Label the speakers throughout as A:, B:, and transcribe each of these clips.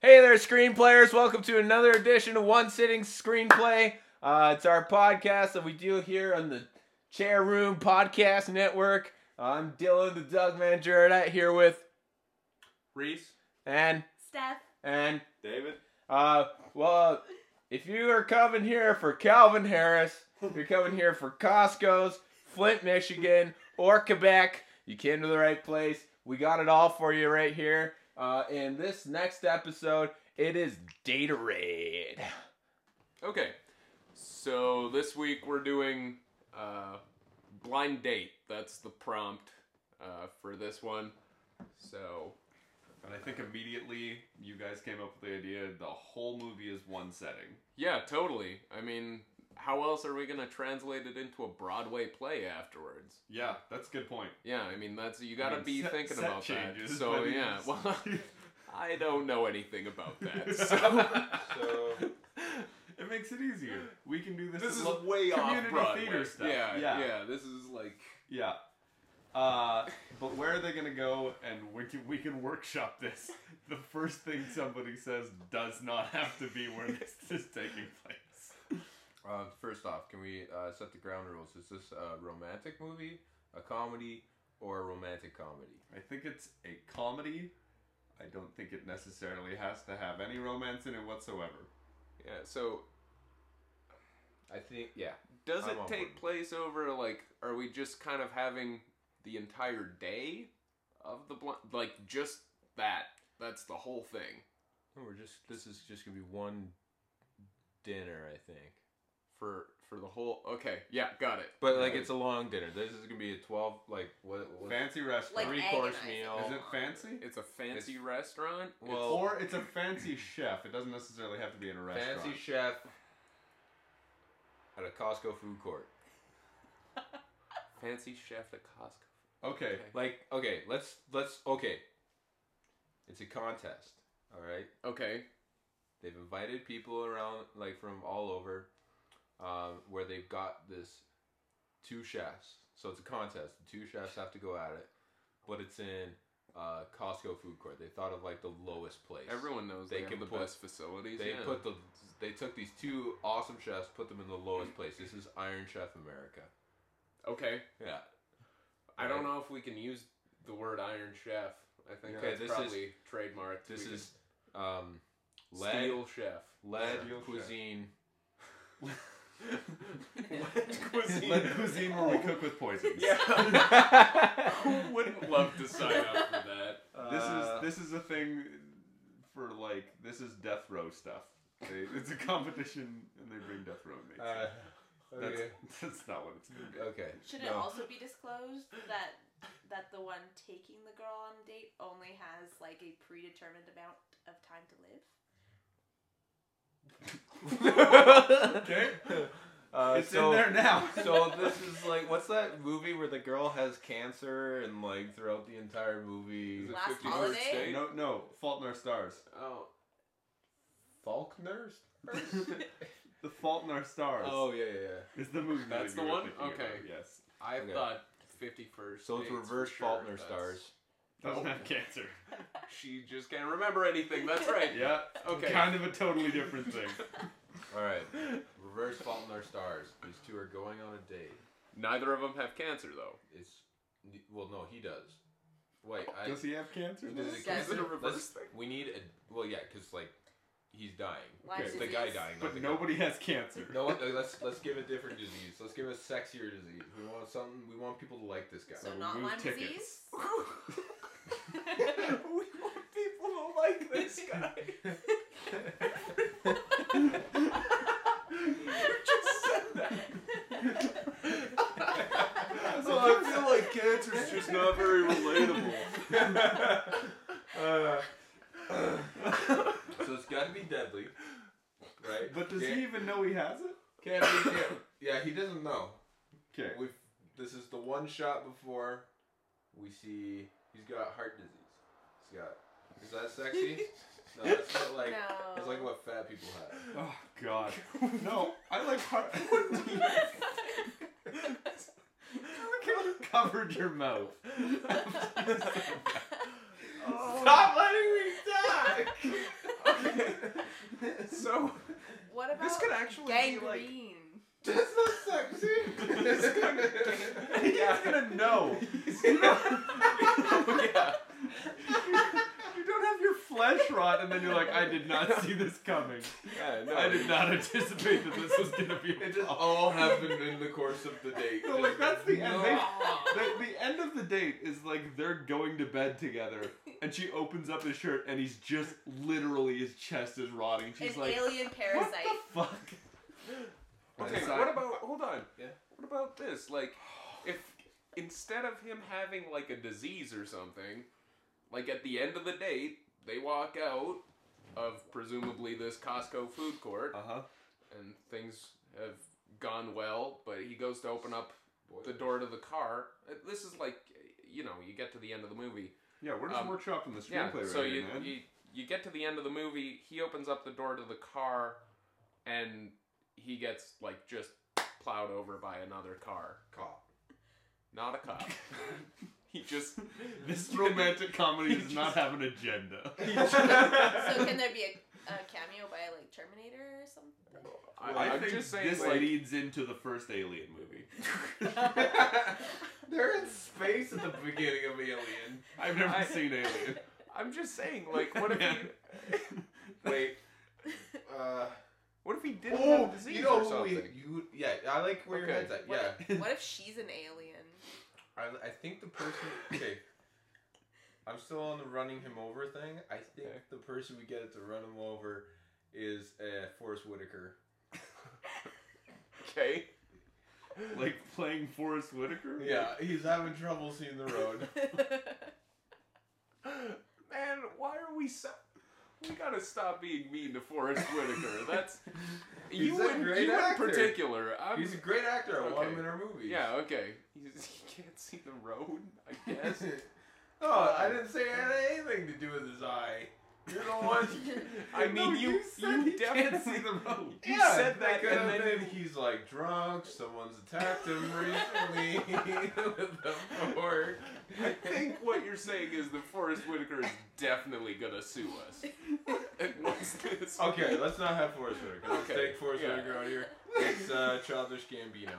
A: Hey there, screen players! Welcome to another edition of One Sitting Screenplay. Uh, it's our podcast that we do here on the Chair Room Podcast Network. I'm Dylan, the Doug Man Jarrett, here with
B: Reese,
A: and
C: Steph.
A: and
B: David.
A: uh, well, if you are coming here for Calvin Harris, if you're coming here for Costco's, Flint, Michigan, or Quebec, you came to the right place. We got it all for you right here. Uh, in this next episode, it is Datorade.
B: Okay, so this week we're doing uh, blind date. That's the prompt uh, for this one. So,
D: And I think immediately you guys came up with the idea the whole movie is one setting.
B: yeah, totally. I mean, how else are we gonna translate it into a Broadway play afterwards?
D: Yeah, that's a good point.
B: Yeah, I mean that's you gotta
D: I mean,
B: be
D: set-
B: thinking
D: set
B: about that.
D: changes,
B: So
D: but
B: yeah,
D: it's-
B: well, I don't know anything about that.
D: So,
B: so
D: it makes it easier. We can do this.
B: This
D: at
B: is
D: lo-
B: way off
D: community
B: Broadway.
D: theater stuff.
B: Yeah, yeah,
D: yeah,
B: This is like
D: yeah. Uh, but where are they gonna go? And we can we can workshop this. The first thing somebody says does not have to be where this is taking place.
E: Uh, first off, can we uh, set the ground rules? Is this a romantic movie, a comedy, or a romantic comedy?
D: I think it's a comedy. I don't think it necessarily has to have any romance in it whatsoever.
B: yeah. So
E: I think, yeah.
B: Does
E: I'm
B: it
E: on board.
B: take place over like? Are we just kind of having the entire day of the blunt? Like just that? That's the whole thing.
E: No, We're just this is just gonna be one dinner, I think.
B: For for the whole. Okay, yeah, got it.
E: But like, it's a long dinner. This is gonna be a twelve, like what? what
D: Fancy
C: Like
D: restaurant.
E: Three course
C: agonizing.
E: meal.
D: is it fancy?
B: it's a fancy restaurant. It's-
E: Well-
D: or it's a fancy chef. It doesn't necessarily have to be in a restaurant.
E: fancy chef at a Costco food court.
B: fancy chef at Costco.
D: okay.
E: Like, okay, let's let's okay. It's a contest. All right.
B: Okay,
E: They've invited people around, like from all over, um, where they've got this two chefs. So it's a contest. The two chefs have to go at it, but it's in uh, Costco food court. They thought of like the lowest place.
B: everyone knows
E: They
B: they, have
E: can
B: the
E: put-
B: best facilities.
E: they
B: yeah.
E: put the they took these two awesome chefs, put them in the lowest place. This is Iron Chef America.
B: okay.
E: Yeah.
B: I don't know if we can use the word Iron Chef. I think
E: Okay,
B: that's
E: this is-
B: probably trademarked.
E: This
B: We
E: is um,
B: could-
E: lead
B: Steel Chef.
E: lead
D: Steel Chef.
E: cuisine.
D: cuisine. cuisine where we cook with poisons.
B: Who wouldn't love to sign up for that?
D: This
E: Uh,
D: is this is a thing for like this is death row stuff. They, it's a competition, and they bring death row mates.
E: Uh,
D: that's,
E: okay.
D: that's not what it's gonna be.
E: okay.
C: Should it
E: No.
C: also be disclosed that that the one taking the girl on a date only has like a predetermined amount of time to live?
E: okay. Uh,
D: it's
E: so,
D: in there now.
E: so this is like, what's that movie where the girl has cancer and like throughout the entire movie?
B: Is it
C: Last
B: 53rd
C: holiday?
B: State?
D: no, no, Fault in Our Stars.
B: Oh,
E: Faulkner's?
D: The Fault in Our Stars
E: Oh yeah, yeah. yeah.
D: is the movie.
B: That's
D: that
B: the
D: you were
B: one?
D: thinking
B: Okay.
D: about, Yes,
B: I
E: Okay.
B: thought fifty first.
E: So it's reverse Faulkner stars.
D: doesn't
B: Oh.
D: have cancer.
B: She just can't remember anything. That's right.
D: Yeah.
B: Okay.
D: Kind of a totally different thing.
E: All right, reverse Faulkner stars. These two are going on a date.
B: Neither of them have cancer though.
E: It's well, no, he does. Wait, I,
D: Does he have cancer?
E: does
D: though?
E: it
C: Does
B: Is it a
E: cancer?
B: reverse thing?
E: We need a well, yeah, because like he's dying.
C: Lyme
E: The
D: Okay,
E: guy
C: disease.
E: dying. not
D: But
E: the guy.
D: nobody has cancer.
E: No, one- no, let's let's give a different disease. Let's give a sexier disease. We want something. We want people to like this guy.
C: So
D: So
C: not
D: remove
C: Lyme
D: tickets.
C: disease.
B: people don't like this guy.
E: I feel like cancer's
B: just not very relatable.
E: so it's got to be deadly, right?
D: But does
E: yeah,
D: he even know he has it?
E: Can't be, yeah, yeah, he doesn't know.
D: Okay.
E: We've, this is the one shot before we see he's got heart disease. He's got. Is that sexy? no, that's not like. It's like what fat people have.
D: Oh God. No, I like heart. you covered your mouth.
E: Stop letting me talk.
B: so
C: What about
B: This could actually be, like-
C: gangrene?
E: That's not sexy.
B: It's gonna-
D: He's gonna know.
B: yeah.
D: You don't have your flesh rot, and then you're like, I did not see this coming.
B: yeah, no.
D: I did not anticipate that this was gonna be a
E: It just
D: problem.
E: all happened in the course of the date.
D: No, like, that's the end. They-
E: No.
D: The, the end of the date is like they're going to bed together, and she opens up his shirt, and he's just literally his chest is rotting. She's
C: An
D: like,
C: alien
D: What
C: parasite.
D: the fuck?
B: Okay,
D: Decide-
B: what about hold on?
E: Yeah.
B: What about this? Like, if instead of him having like a disease or something, like at the end of the date, they walk out of presumably this Costco food court,
D: Uh huh.
B: and things have gone well. But he goes to open up the door to the car. Uh, This is like, you know, you get to the end of the movie.
D: Yeah, we're just
B: Um,
D: workshopping the
B: Yeah.
D: screenplay right
B: so
D: here,
B: you,
D: man.
B: you you get to the end of the movie. He opens up the door to the car, and he gets like just plowed over by another car.
E: Cop.
B: Not a cop. he just
D: this romantic comedy does not have an agenda.
C: So can there be a, a cameo by like Terminator or something?
B: I,
D: I
B: I'm
D: think
B: just saying
D: this
B: like,
D: leads into the first Alien movie.
E: They're in space at the beginning of Alien.
D: I've never
B: I-
D: seen Alien.
B: I'm just saying like what if he
D: Man.
E: Wait. Uh,
B: what if he didn't
E: oh,
B: have disease
E: you know
B: or
E: who we,
B: something?
E: you yeah. I like where
B: Okay.
E: your head's at.
C: What,
E: Yeah.
C: if, what if she's an alien?
E: I, I think the person. Okay. I'm still on the running him over thing. I think
B: Okay.
E: the person we get to run him over is uh, Forrest Whitaker.
B: Okay.
D: like playing Forrest Whitaker?
E: Yeah, he's having trouble seeing the road.
B: Man, why are we so we gotta stop being mean to Forrest Whitaker. That's
E: He's
B: you
E: a
B: in,
E: great
B: you in
E: actor.
B: particular. I'm,
E: He's a great actor. I want
B: Okay.
E: him in our movies.
B: yeah, okay. He's, he can't see the road, I guess.
E: no, Oh, I didn't say it had anything to do with his eye. You're the one.
B: I mean,
E: No,
B: you
E: said
B: you,
E: he can't
B: definitely
E: see the road.
B: You said that,
E: could
B: and
E: have
B: then
E: been he's like drunk. Someone's attacked him recently with the fork.
B: I think what you're saying is that Forrest Whitaker is definitely gonna sue us. And What's this?
E: Okay, let's not have Forrest Whitaker. Let's
B: Okay,
E: take Forrest
B: yeah.
E: Whitaker out of here. It's uh, Childish Gambino.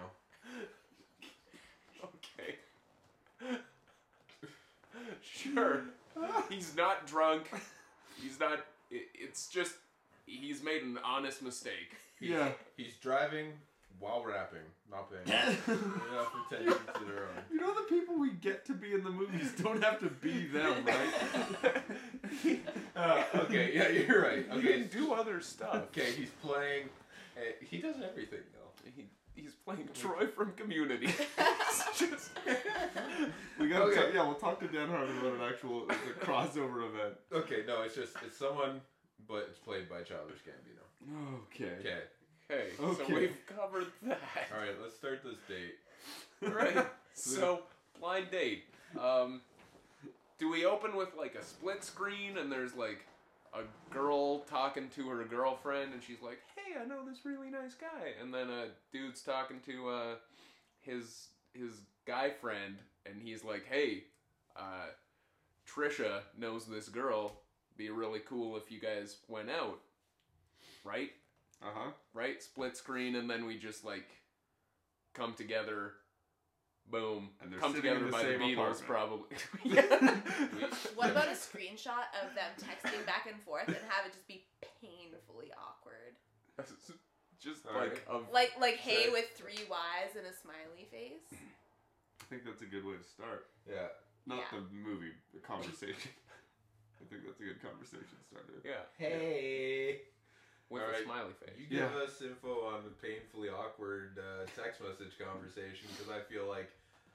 B: Okay. Sure. He's not drunk. He's not. i it's just he's made an honest mistake.
D: Yeah.
E: He's driving while rapping, not paying enough attention to their own.
D: You know the people we get to be in the movies don't have to be them, right?
E: Uh, okay, yeah, you're right.
B: He
E: Okay,
B: can do other stuff.
E: okay, he's playing. Uh, he does everything though.
B: He, he's playing Troy from Community. It's just-
D: We gotta
E: Okay.
D: talk- yeah, we'll talk to Dan Harmon about an actual it's a crossover event.
E: Okay, no, it's just it's someone, but it's played by Childish Gambino.
D: Okay.
E: Okay,
B: okay,
D: Okay.
B: so we've covered that.
E: all right, let's start this date.
B: Right. So blind date. Um, do we open with like a split screen and there's like a girl talking to her girlfriend and she's like, "Hey, I know this really nice guy," and then a dude's talking to uh, his his guy friend and he's like, "Hey, uh, Trisha knows this girl. Be really cool if you guys went out." Right
D: Uh huh.
B: right? Split screen, and then we just like come together. Boom.
D: And they're
B: come
D: sitting in
B: together
D: the
B: by
D: same
B: the Beatles,
D: apartment.
B: probably. Yeah.
C: What about a screenshot of them texting back and forth and have it just be painfully awkward?
B: just
E: All
B: like a
C: Like like hey
E: Sure.
C: with three Y's and a smiley face.
D: I think that's a good way to start.
E: Yeah.
D: Not
C: Yeah.
D: the movie, the conversation. I think that's a good conversation starter.
B: yeah
E: Hey.
B: with
E: All
B: a
E: right.
B: smiley face.
E: You give
D: Yeah.
E: us info on the painfully awkward uh, text message conversation because I feel like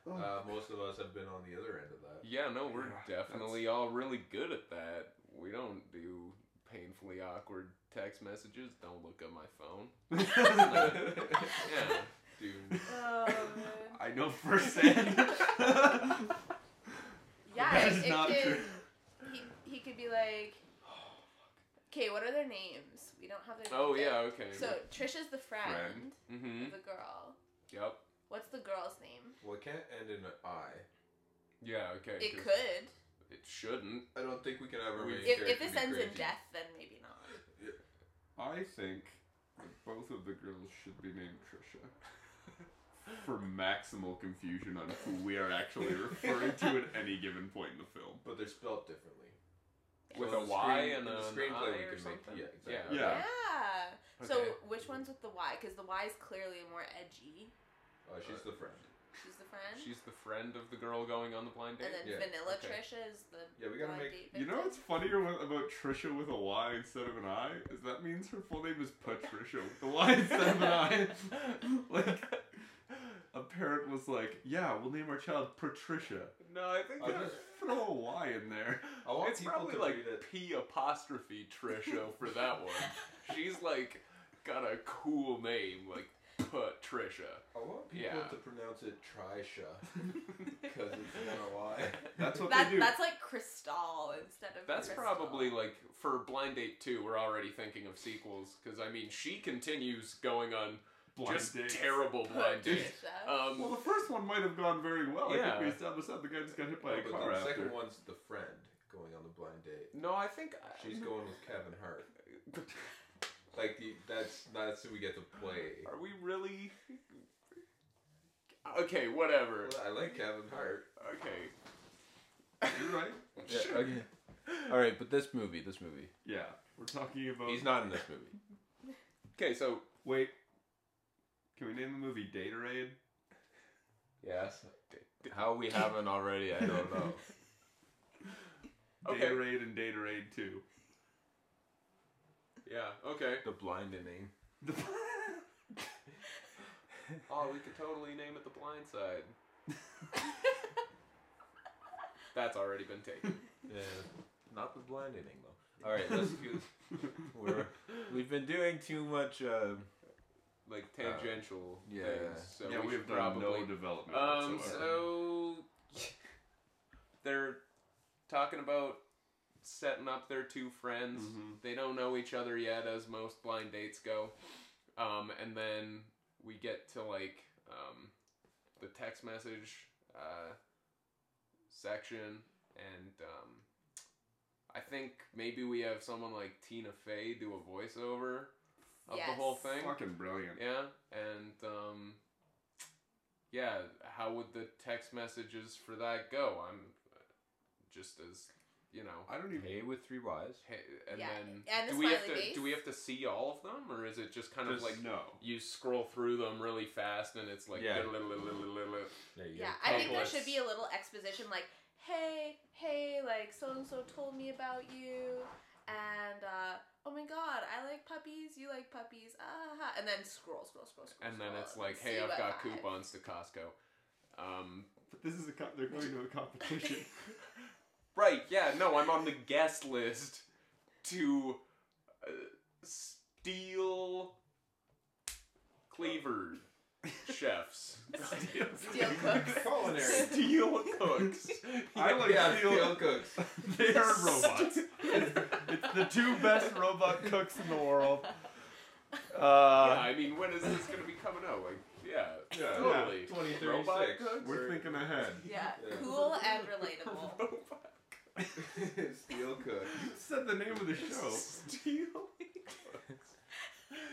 D: Oh.
E: uh, most of us have been on the other end of that.
B: Yeah, no, we're
D: Yeah,
B: definitely all really good at that. We don't do painfully awkward text messages. Don't look at my phone. Yeah.
E: Dude,
C: Oh
D: Uh, I know firsthand.
C: Yeah,
D: That
C: it,
D: is
C: it
D: not
C: could
D: true.
C: he he could be like Okay, what are their names? We don't have their
B: Oh
C: names
B: yeah.
C: yet.
B: Okay.
C: So Trisha's the friend,
B: Mm-hmm.
C: of the girl.
B: Yep.
C: What's the girl's name?
E: well, it can't end in an I.
B: Yeah. Okay.
C: It
B: 'cause
C: could.
B: It shouldn't.
E: I don't think we can ever
B: We-
E: make
B: If-
C: If, if this
E: character be
C: ends in
E: crazy.
C: death, then maybe not.
D: I think that both of the girls should be named Trisha. For maximal confusion on who we are actually referring to at any given point in the film.
E: But they're spelled differently.
B: With
E: So
B: a
E: the
B: Y
E: screen-
B: and
E: in the
B: a
E: screenplay we
B: or
E: can make-
B: something.
E: yeah, exactly.
D: Yeah.
C: Yeah. So
B: Okay.
C: which one's with the Y? Because the Y is clearly more edgy.
E: Uh, she's the friend.
C: She's the friend.
B: She's the friend of the girl going on the blind date.
C: and then
E: yeah,
C: Vanilla
B: okay.
C: Trisha is the
E: Yeah, we gotta
C: blind
E: make-
C: date
D: You know
C: victim.
D: what's funnier with, about Trisha with a Y instead of an I? Is that means her full name is Patricia with a Y instead of an I. like, a parent was like, yeah, we'll name our child Patricia.
B: No, I think
E: I
D: Yeah,
B: that-
E: just-
D: throw a Y in there.
E: I want
B: it's
E: people
B: probably
E: to
B: like
E: read it.
B: P apostrophe Trisha for that one. She's like got a cool name, like Patricia.
E: I want people
B: Yeah.
E: to pronounce it Trisha because it's not a Y.
D: That's what
C: That,
D: they do.
C: that's like Cristal instead of.
B: That's
C: Crystal.
B: probably like for Blind Date 2, we're already thinking of sequels because I mean, she continues going on
D: Blind
B: just
D: dates.
B: terrible blind dates.
C: Patricia.
B: Um,
D: Well, the first one might have gone very well. I
B: Yeah.
D: think we established that the guy just got hit by
E: But
D: a car
E: the
D: after.
E: second one's the friend going on the blind date.
B: no, I think uh,
E: She's going with Kevin Hart. Like the that's that's who we get to play.
B: Are we really? Okay, whatever.
E: I like Kevin Hart.
B: Okay.
D: You're right.
B: Sure.
E: okay. All right, but this movie, this movie,
D: Yeah, we're talking about.
E: he's not in this movie.
B: Okay, so
D: Wait, can we name the movie Daterade?
E: Yes. How we haven't already, I don't know.
B: Okay.
D: Daterade and Daterade Two.
B: yeah, okay.
E: The blinding.
D: The-
B: Oh, we could totally name it The Blind Side. That's already been taken.
E: Yeah. Not the blinding though. All right, let's do. We're uh, we've been doing too much. Um,
B: Like tangential
E: yeah.
B: things. So
D: yeah,
B: we,
D: we,
B: should
D: have done
B: probably.
D: no development.
B: um,
D: whatsoever.
B: so they're talking about setting up their two friends.
D: Mhm.
B: They don't know each other yet, as most blind dates go. Um, and then we get to like um, the text message uh, section, and um, I think maybe we have someone like Tina Fey do a voiceover of the whole
C: Yes.
B: thing.
D: fucking brilliant.
B: Yeah, and um, yeah, how would the text messages for that go? I'm uh, just as you know.
D: I don't even.
E: hey with three Y's.
B: Hey, and
C: Yeah,
B: then
C: and
B: do
C: the
B: we have to
C: smiley
B: do we
C: face.
B: have to see all of them, or is it just kind of
D: just
B: like
D: no.
B: you scroll through them really fast and it's like
E: Yeah. There you
C: Yeah, I think there
B: Complex.
C: should be a little exposition like, hey, hey, like so and so told me about you, and uh, oh my god, I like puppies, you like puppies, ah, and then scroll, scroll, scroll, scroll.
B: and then
C: scroll,
B: it's like,
C: see
B: hey, I've
C: what
B: got
C: five.
B: coupons to Costco. Um,
D: But this is a co- they're going to a competition.
B: right? Yeah, no, I'm on the guest list to uh, steal cleaver chefs.
C: Steel cooks.
E: Culinary.
B: Steel cooks.
D: I like
E: yeah,
D: steel-
E: Steel Cooks.
D: they are robots. it's the two best robot cooks in the world.
B: Yeah,
D: Uh,
B: I mean, when is this gonna be coming out? Like, yeah,
E: Yeah.
B: totally. Robot
E: 2036.
B: cooks?
D: we're thinking ahead.
C: Yeah,
E: Yeah.
C: cool and relatable.
B: Robot
E: Steel Cooks.
D: Said the name of the show.
B: Steel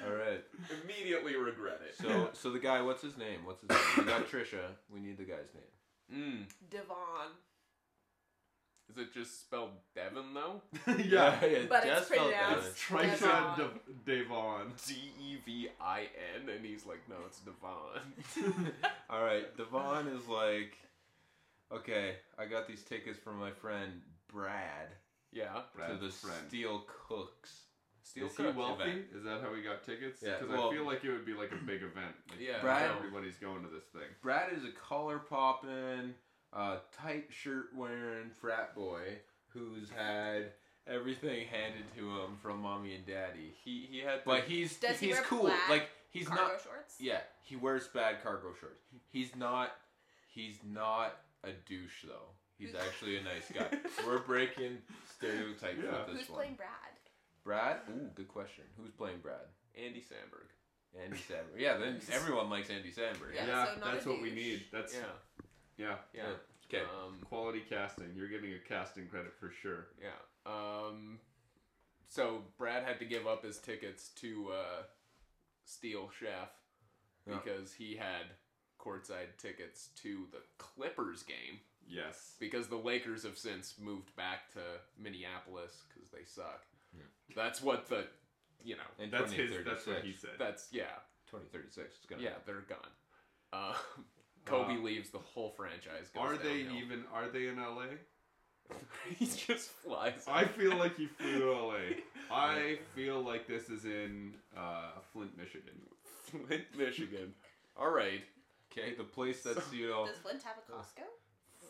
E: All right.
B: Immediately regret it.
E: So so the guy, what's his name? What's his name? We got Trisha. We need the guy's name.
B: Mm.
C: Devon.
B: Is it just spelled Devon though?
D: yeah.
E: yeah
C: But it's
E: Jess felt bad.
C: pronounced-
D: Trisha
C: Devon.
D: Dev- Devon.
B: D E V I N, and he's like, no, it's Devon.
E: All right, Devon is like, okay, I got these tickets from my friend Brad
B: yeah,
E: to the Steel Cooks.
B: Steel
D: Is he wealthy?
B: event.
D: Is that how he got tickets?
E: Yeah,
D: Because
E: well-
D: I feel like it would be like a big event. Like,
B: Yeah,
E: Brad-
D: everybody's going to this thing.
E: Brad is a collar popping, uh, tight shirt wearing frat boy who's had everything handed to him from mommy and daddy.
B: He he had.
E: But
B: the-
E: he's
C: Does he
E: he's
C: wear
E: cool.
C: black
E: Like he's
C: cargo
E: not.
C: shorts.
E: Yeah, he wears bad cargo shorts. He's not. He's not a douche though. He's actually a nice guy. We're breaking stereotypes
D: Yeah.
E: with
C: Who's
E: this one.
C: playing Brad?
E: Brad? Ooh, good question. Who's playing Brad?
B: Andy Sandberg.
E: Andy Samberg. Yeah, then everyone likes Andy Samberg.
C: Yeah, so not
D: that's
C: a
D: what we
C: douche.
D: need. That's
B: Yeah,
D: yeah. Uh,
B: yeah.
E: Okay.
B: Um,
D: Quality casting. You're getting a casting credit for sure.
B: yeah. Um, so Brad had to give up his tickets to uh, Steel Chef
E: Yeah.
B: because he had courtside tickets to the Clippers game
D: Yes.
B: because the Lakers have since moved back to Minneapolis because they suck. That's what the you know
E: And
D: That's his. That's what he said.
B: that's yeah
E: 2036. It's gonna
B: yeah they're gone. Uh, Kobe
D: Wow.
B: leaves the whole franchise. Goes
D: Are they
B: downhill.
D: even? Are they in LA?
B: he just flies.
D: I feel like he flew to LA. I feel like this is in uh, Flint, Michigan.
B: Flint, Michigan. All right.
E: Okay, the place that's you know
C: Does Flint have a Costco?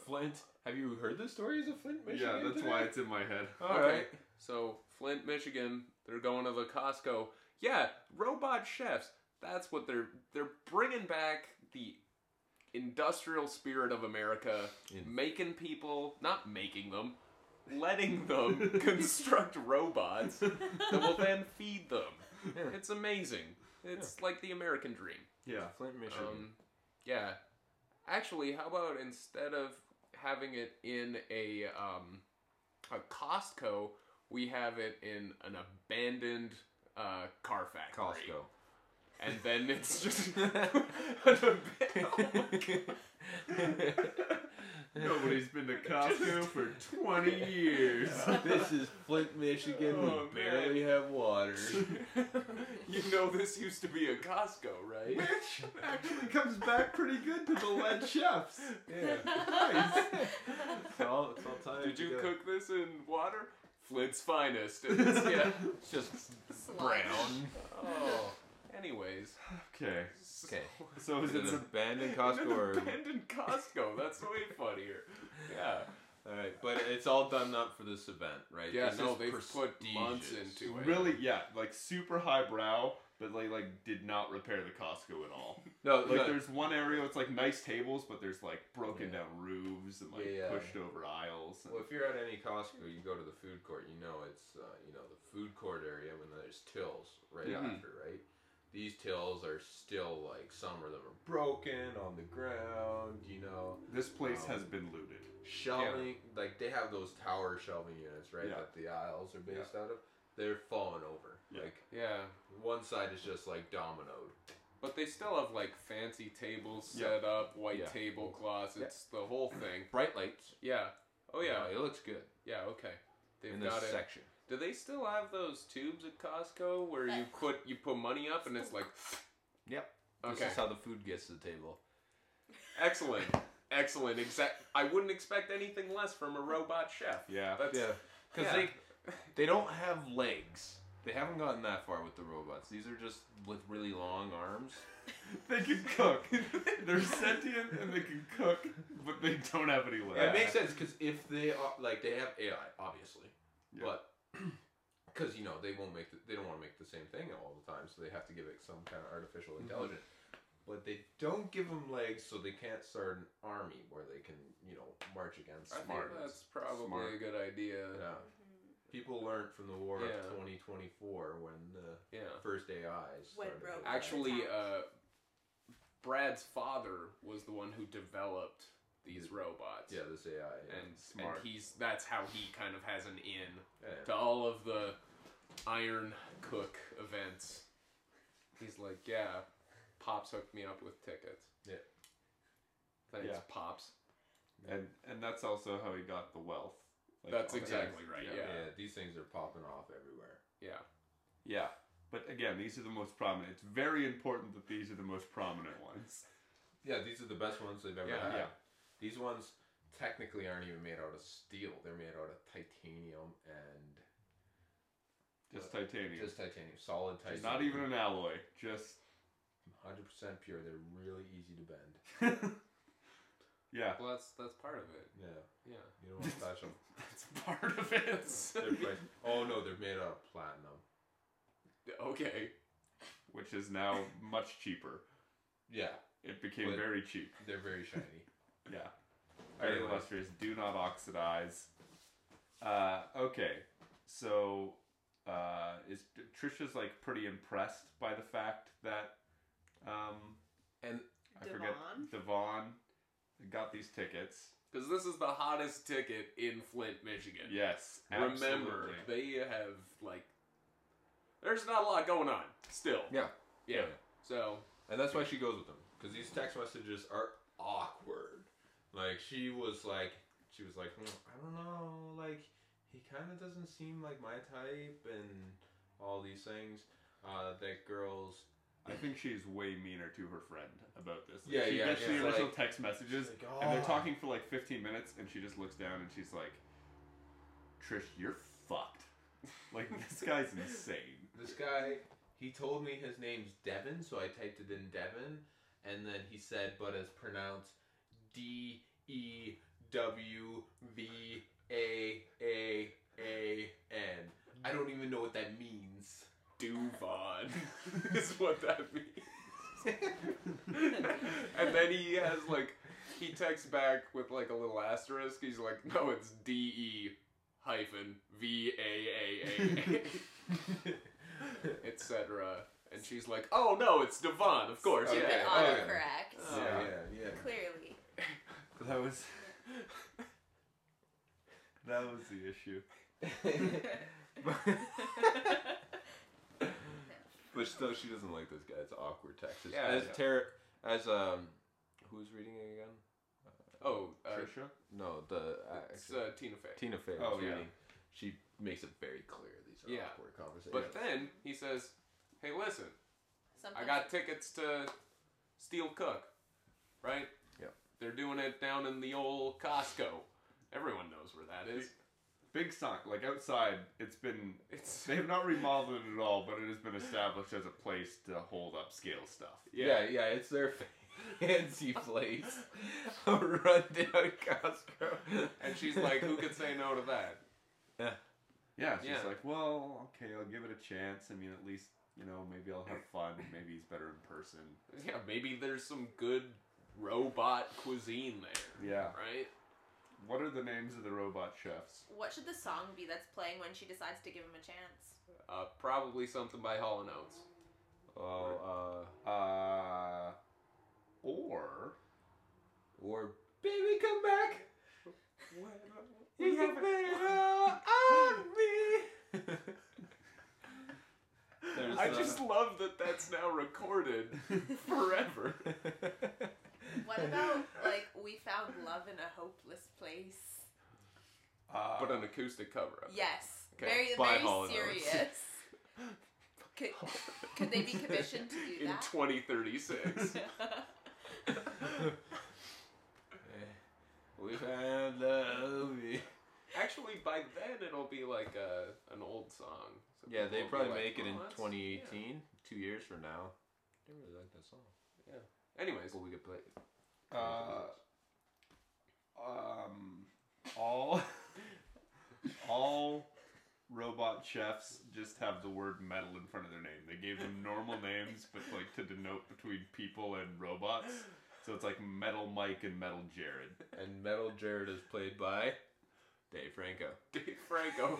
E: Flint. Have you heard the stories of Flint, Michigan?
D: yeah, that's
E: today?
D: why it's in my head.
E: All
B: Okay.
E: right.
B: So Flint, Michigan, they're going to the Costco. Yeah, robot chefs. That's what they're they're bringing back the industrial spirit of America,
E: In-
B: making people, not making them, letting them construct robots that will then feed them.
E: Yeah.
B: It's amazing. It's like the American dream.
D: Yeah.
E: Flint, Michigan.
B: Um, yeah. Actually, how about instead of having it in a um, a Costco, we have it in an abandoned uh, car factory.
E: Costco.
B: And then it's just an abandoned.
D: Nobody's been to Costco for 20 years.
A: this is Flint, Michigan.
D: Oh,
A: we barely have water.
B: you know this used to be a Costco, right?
D: Which actually comes back pretty good to the lead chefs.
A: Yeah.
E: It's all, it's all tied
B: Did you
E: together.
B: cook this in water? Flint's finest. And it's, yeah.
E: It's just
C: Slime.
E: brown.
B: Oh. Anyways.
D: Okay.
E: Okay.
B: Oh,
D: So is
E: Is it
D: it
E: an
D: some
E: abandoned
B: And
E: Costco
B: then
E: or?
B: abandoned Costco. That's way funnier. Yeah.
E: All right, but it's all done up for this event, right?
B: Yeah,
E: This
B: no,
E: is
B: they've put months
E: prestigious.
B: into it.
D: really yeah, like super highbrow, but like like did not repair the Costco at all.
E: No,
D: Like
E: no,
D: there's one area it's like nice tables, but there's like broken
E: Yeah.
D: down roofs and like
E: Yeah.
D: pushed over aisles. And,
E: Well, if you're at any Costco, you go to the food court. You know it's uh, you know the food court area when there's tills right
D: Yeah.
E: after, right? These tills are still like some of them are broken on the ground. You know,
D: this place
E: Um,
D: has been looted.
E: shelving like they have those tower shelving units, right?
D: Yeah.
E: That the aisles are based out of. They're falling over.
D: Yeah.
E: Like
B: Yeah,
E: one side is just like dominoed.
B: but they still have like fancy tables
D: Yeah.
B: set up, white
E: Yeah.
B: tablecloths.
E: Yeah.
B: It's the whole thing.
E: Bright lights.
B: Yeah. Oh yeah.
E: it looks good
B: Yeah. Okay. They've
E: in this
B: got it.
E: section.
B: Do they still have those tubes at Costco where you put you put money up and it's like?
E: Yep.
B: Okay.
E: This is how the food gets to the table.
B: Excellent. Excellent. Exact. I wouldn't expect anything less from a robot chef.
D: Yeah.
B: That's
E: Yeah, because
B: Yeah.
E: they they don't have legs. They haven't gotten that far with the robots. These are just with really long arms.
D: They can cook. They're sentient and they can cook, but they don't have any legs.
E: It makes sense because if they are like they have AI, obviously,
D: Yeah.
E: but because you know they won't make the, they don't want to make the same thing all the time, so they have to give it some kind of artificial intelligence. But they don't give them legs, so they can't start an army where they can you know march against.
B: I think
D: Smart.
B: that's probably
D: Smart.
B: a good idea.
E: Yeah.
C: Mm-hmm.
E: People learned from the war
B: Yeah.
E: of 2024 when the
B: Yeah.
E: first AIs
C: When
E: started
C: robots-
E: AI.
B: Actually,
C: Attack.
B: uh, Brad's father was the one who developed these robots.
E: yeah, this AI. yeah.
B: and
D: Smart.
B: and he's that's how he kind of has an in
E: Yeah.
B: to all of the Iron Cook events. He's like, yeah, pops hooked me up with tickets.
E: Yeah.
B: Thanks,
D: Yeah.
B: pops.
D: And and that's also how he got the wealth. Like,
B: That's
D: all that-
B: exactly right.
E: Yeah.
B: Yeah.
E: these things are popping off everywhere.
B: Yeah.
D: Yeah. But again, these are the most prominent. It's very important that these are the most prominent ones.
E: Yeah, these are the best ones they've ever
B: Yeah.
E: had.
D: Yeah.
E: These ones technically aren't even made out of steel. They're made out of titanium and
D: Just titanium.
E: just titanium, solid titanium.
D: Not even an alloy. Just
E: 100% pure. They're really easy to bend.
D: yeah.
B: Well, that's that's part of it.
E: Yeah,
B: Yeah.
E: you don't want to touch them.
D: That's part of it.
E: They're quite- oh no, they're made out of platinum.
B: okay.
D: Which is now much cheaper.
E: Yeah,
D: It became
E: But-
D: very cheap.
E: they're very shiny.
D: Yeah. Very
E: Anyway.
D: lustrous. Do not oxidize. Uh, okay. So uh, is Trisha's like pretty impressed by the fact that um,
E: And
D: I forget Devon got these tickets.
B: Because this is the hottest ticket in Flint, Michigan.
D: Yes.
B: Remember,
D: absolutely.
B: they have like there's not a lot going on still.
E: Yeah.
B: Yeah. So
E: And that's why she goes with him because these text messages are awkward. Like she was like, she was like, "Mm, I don't know, like he kind of doesn't seem like my type, and all these things. Uh, that girls,
D: I think she's way meaner to her friend about this. Like,
E: Yeah,
D: she
E: yeah,
D: gets
E: yeah.
D: the original
E: Like-
D: text messages,
E: She's like,
D: and they're
E: "Oh."
D: talking for like 15 minutes, and she just looks down and she's like, "Trish, you're fucked. Like this guy's insane."
E: this guy, he told me his name's Devin, so I typed it in Devin, and then he said, but it's pronounced D E W V A A A N. I don't even know what that means.
B: Duvon is what that means. and then he has like he texts back with like a little asterisk. He's like, no, it's D E hyphen V A A A etc. And she's like, oh no, it's Devon, of course.
E: Okay.
C: Stupid
B: Yeah.
C: autocorrect.
B: Oh, yeah.
E: yeah.
C: Clearly.
D: That was that was the issue.
E: but still, she doesn't like this guy. It's awkward text.
B: Yeah,
E: as
B: yeah.
E: Tara, as um, who's reading it again?
B: Oh, uh,
D: Trisha,
E: No, the
B: it's
E: actress.
B: uh, Tina Fey.
E: Tina Fey.
D: oh,
E: was
D: yeah.
E: reading. She makes it very clear these are
B: Yeah.
E: awkward
B: But
E: conversations.
B: then he says, hey, listen, I
C: Something.
B: got tickets to Steel Cook, right?
E: Yep.
B: They're doing it down in the old Costco. Everyone knows where that is.
D: big sign like outside. It's been
B: It's
D: they have not remodeled it at all, but it has been established as a place to hold upscale stuff.
E: yeah. yeah, it's their fancy place, a rundown Costco.
B: and she's like, who could say no to that?
D: Yeah, she's
B: Yeah.
D: like, well, okay, I'll give it a chance. I mean, at least you know, maybe I'll have fun. Maybe he's better in person.
B: Yeah, maybe there's some good robot cuisine there,
D: Yeah.
B: right?
D: What are the names of the robot chefs?
C: What should the song be that's playing when she decides to give him a chance?
B: Uh, probably something by Hall and Oates.
E: oh,
D: Uh, or
E: uh, or baby, come back. You
B: have
E: can play on me. There's,
B: I
E: uh,
B: just love that that's now recorded forever.
C: What about like we found love in a hopeless place?
D: uh,
B: But an acoustic cover of it.
C: Yes.
B: Okay,
C: Very
B: by
C: very
B: Hall and Oates.
C: serious. Could, could they be commissioned to do
B: in
C: that?
B: 2036.
E: Eh, we found love.
B: Actually, by then it'll be like a, an old song. So
E: Yeah,
B: people
E: they
B: will be
E: probably
B: like,
E: make it
B: "Oh,
E: in
B: that's-
E: 2018, two years from now. I really like that song.
B: yeah. Anyways,
E: Well, we could play.
D: uh, um, all all robot chefs just have the word metal in front of their name. They gave them normal names, but like to denote between people and robots. So it's like Metal Mike and Metal Jared.
E: And Metal Jared is played by Dave Franco.
B: Dave Franco.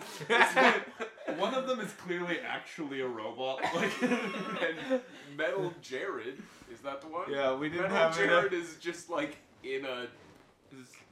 D: One of them is clearly actually a robot. Like,
B: and Metal Jared. Is that the one?
E: Yeah, we didn't
B: Metal
E: have
B: Jared is just like in a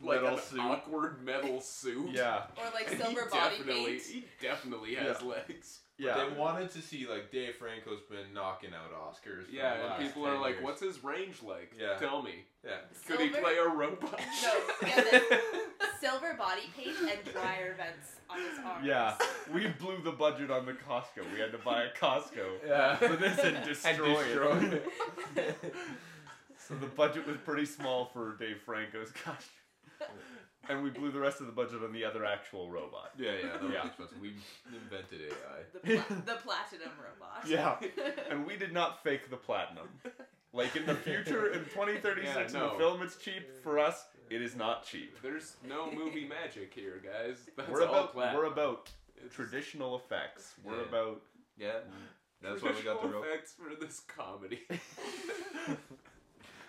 B: like
E: metal
B: an
E: suit.
B: awkward metal suit.
D: yeah,
C: Or like
B: And
C: silver
B: he
C: body
B: definitely,
C: paint?
B: He definitely has legs.
D: yeah.
E: They wanted to see like Dave Franco's been knocking out Oscars. for the
B: Yeah,
E: last
B: and people are
E: 10
B: like,
E: years.
B: "What's his range like?
E: Yeah.
B: Tell me.
E: Yeah.
B: Could he
C: Silver-
B: play a robot?"
C: No, yeah, the- silver body paint and dryer vents on his arms.
D: Yeah, we blew the budget on the Costco. We had to buy a Costco
E: Yeah.
D: for this and destroy,
E: destroy
D: it. so the budget was pretty small for Dave Franco's costume, and we blew the rest of the budget on the other actual robot.
E: Yeah, yeah, that was
D: Yeah.
E: expensive. We invented AI.
C: The, pla- the platinum robot.
D: Yeah, and we did not fake the platinum. Like in the future, in 2036,
B: Yeah,
D: in
B: no.
D: the film, it's cheap. For us, it is not cheap.
B: There's no movie magic here, guys. That's
D: we're
B: all
D: about
B: platinum.
D: we're about
B: It's-
D: traditional effects. We're
E: Yeah.
D: about
E: Yeah, that's why we got the
B: Traditional
E: real.
B: effects for this comedy.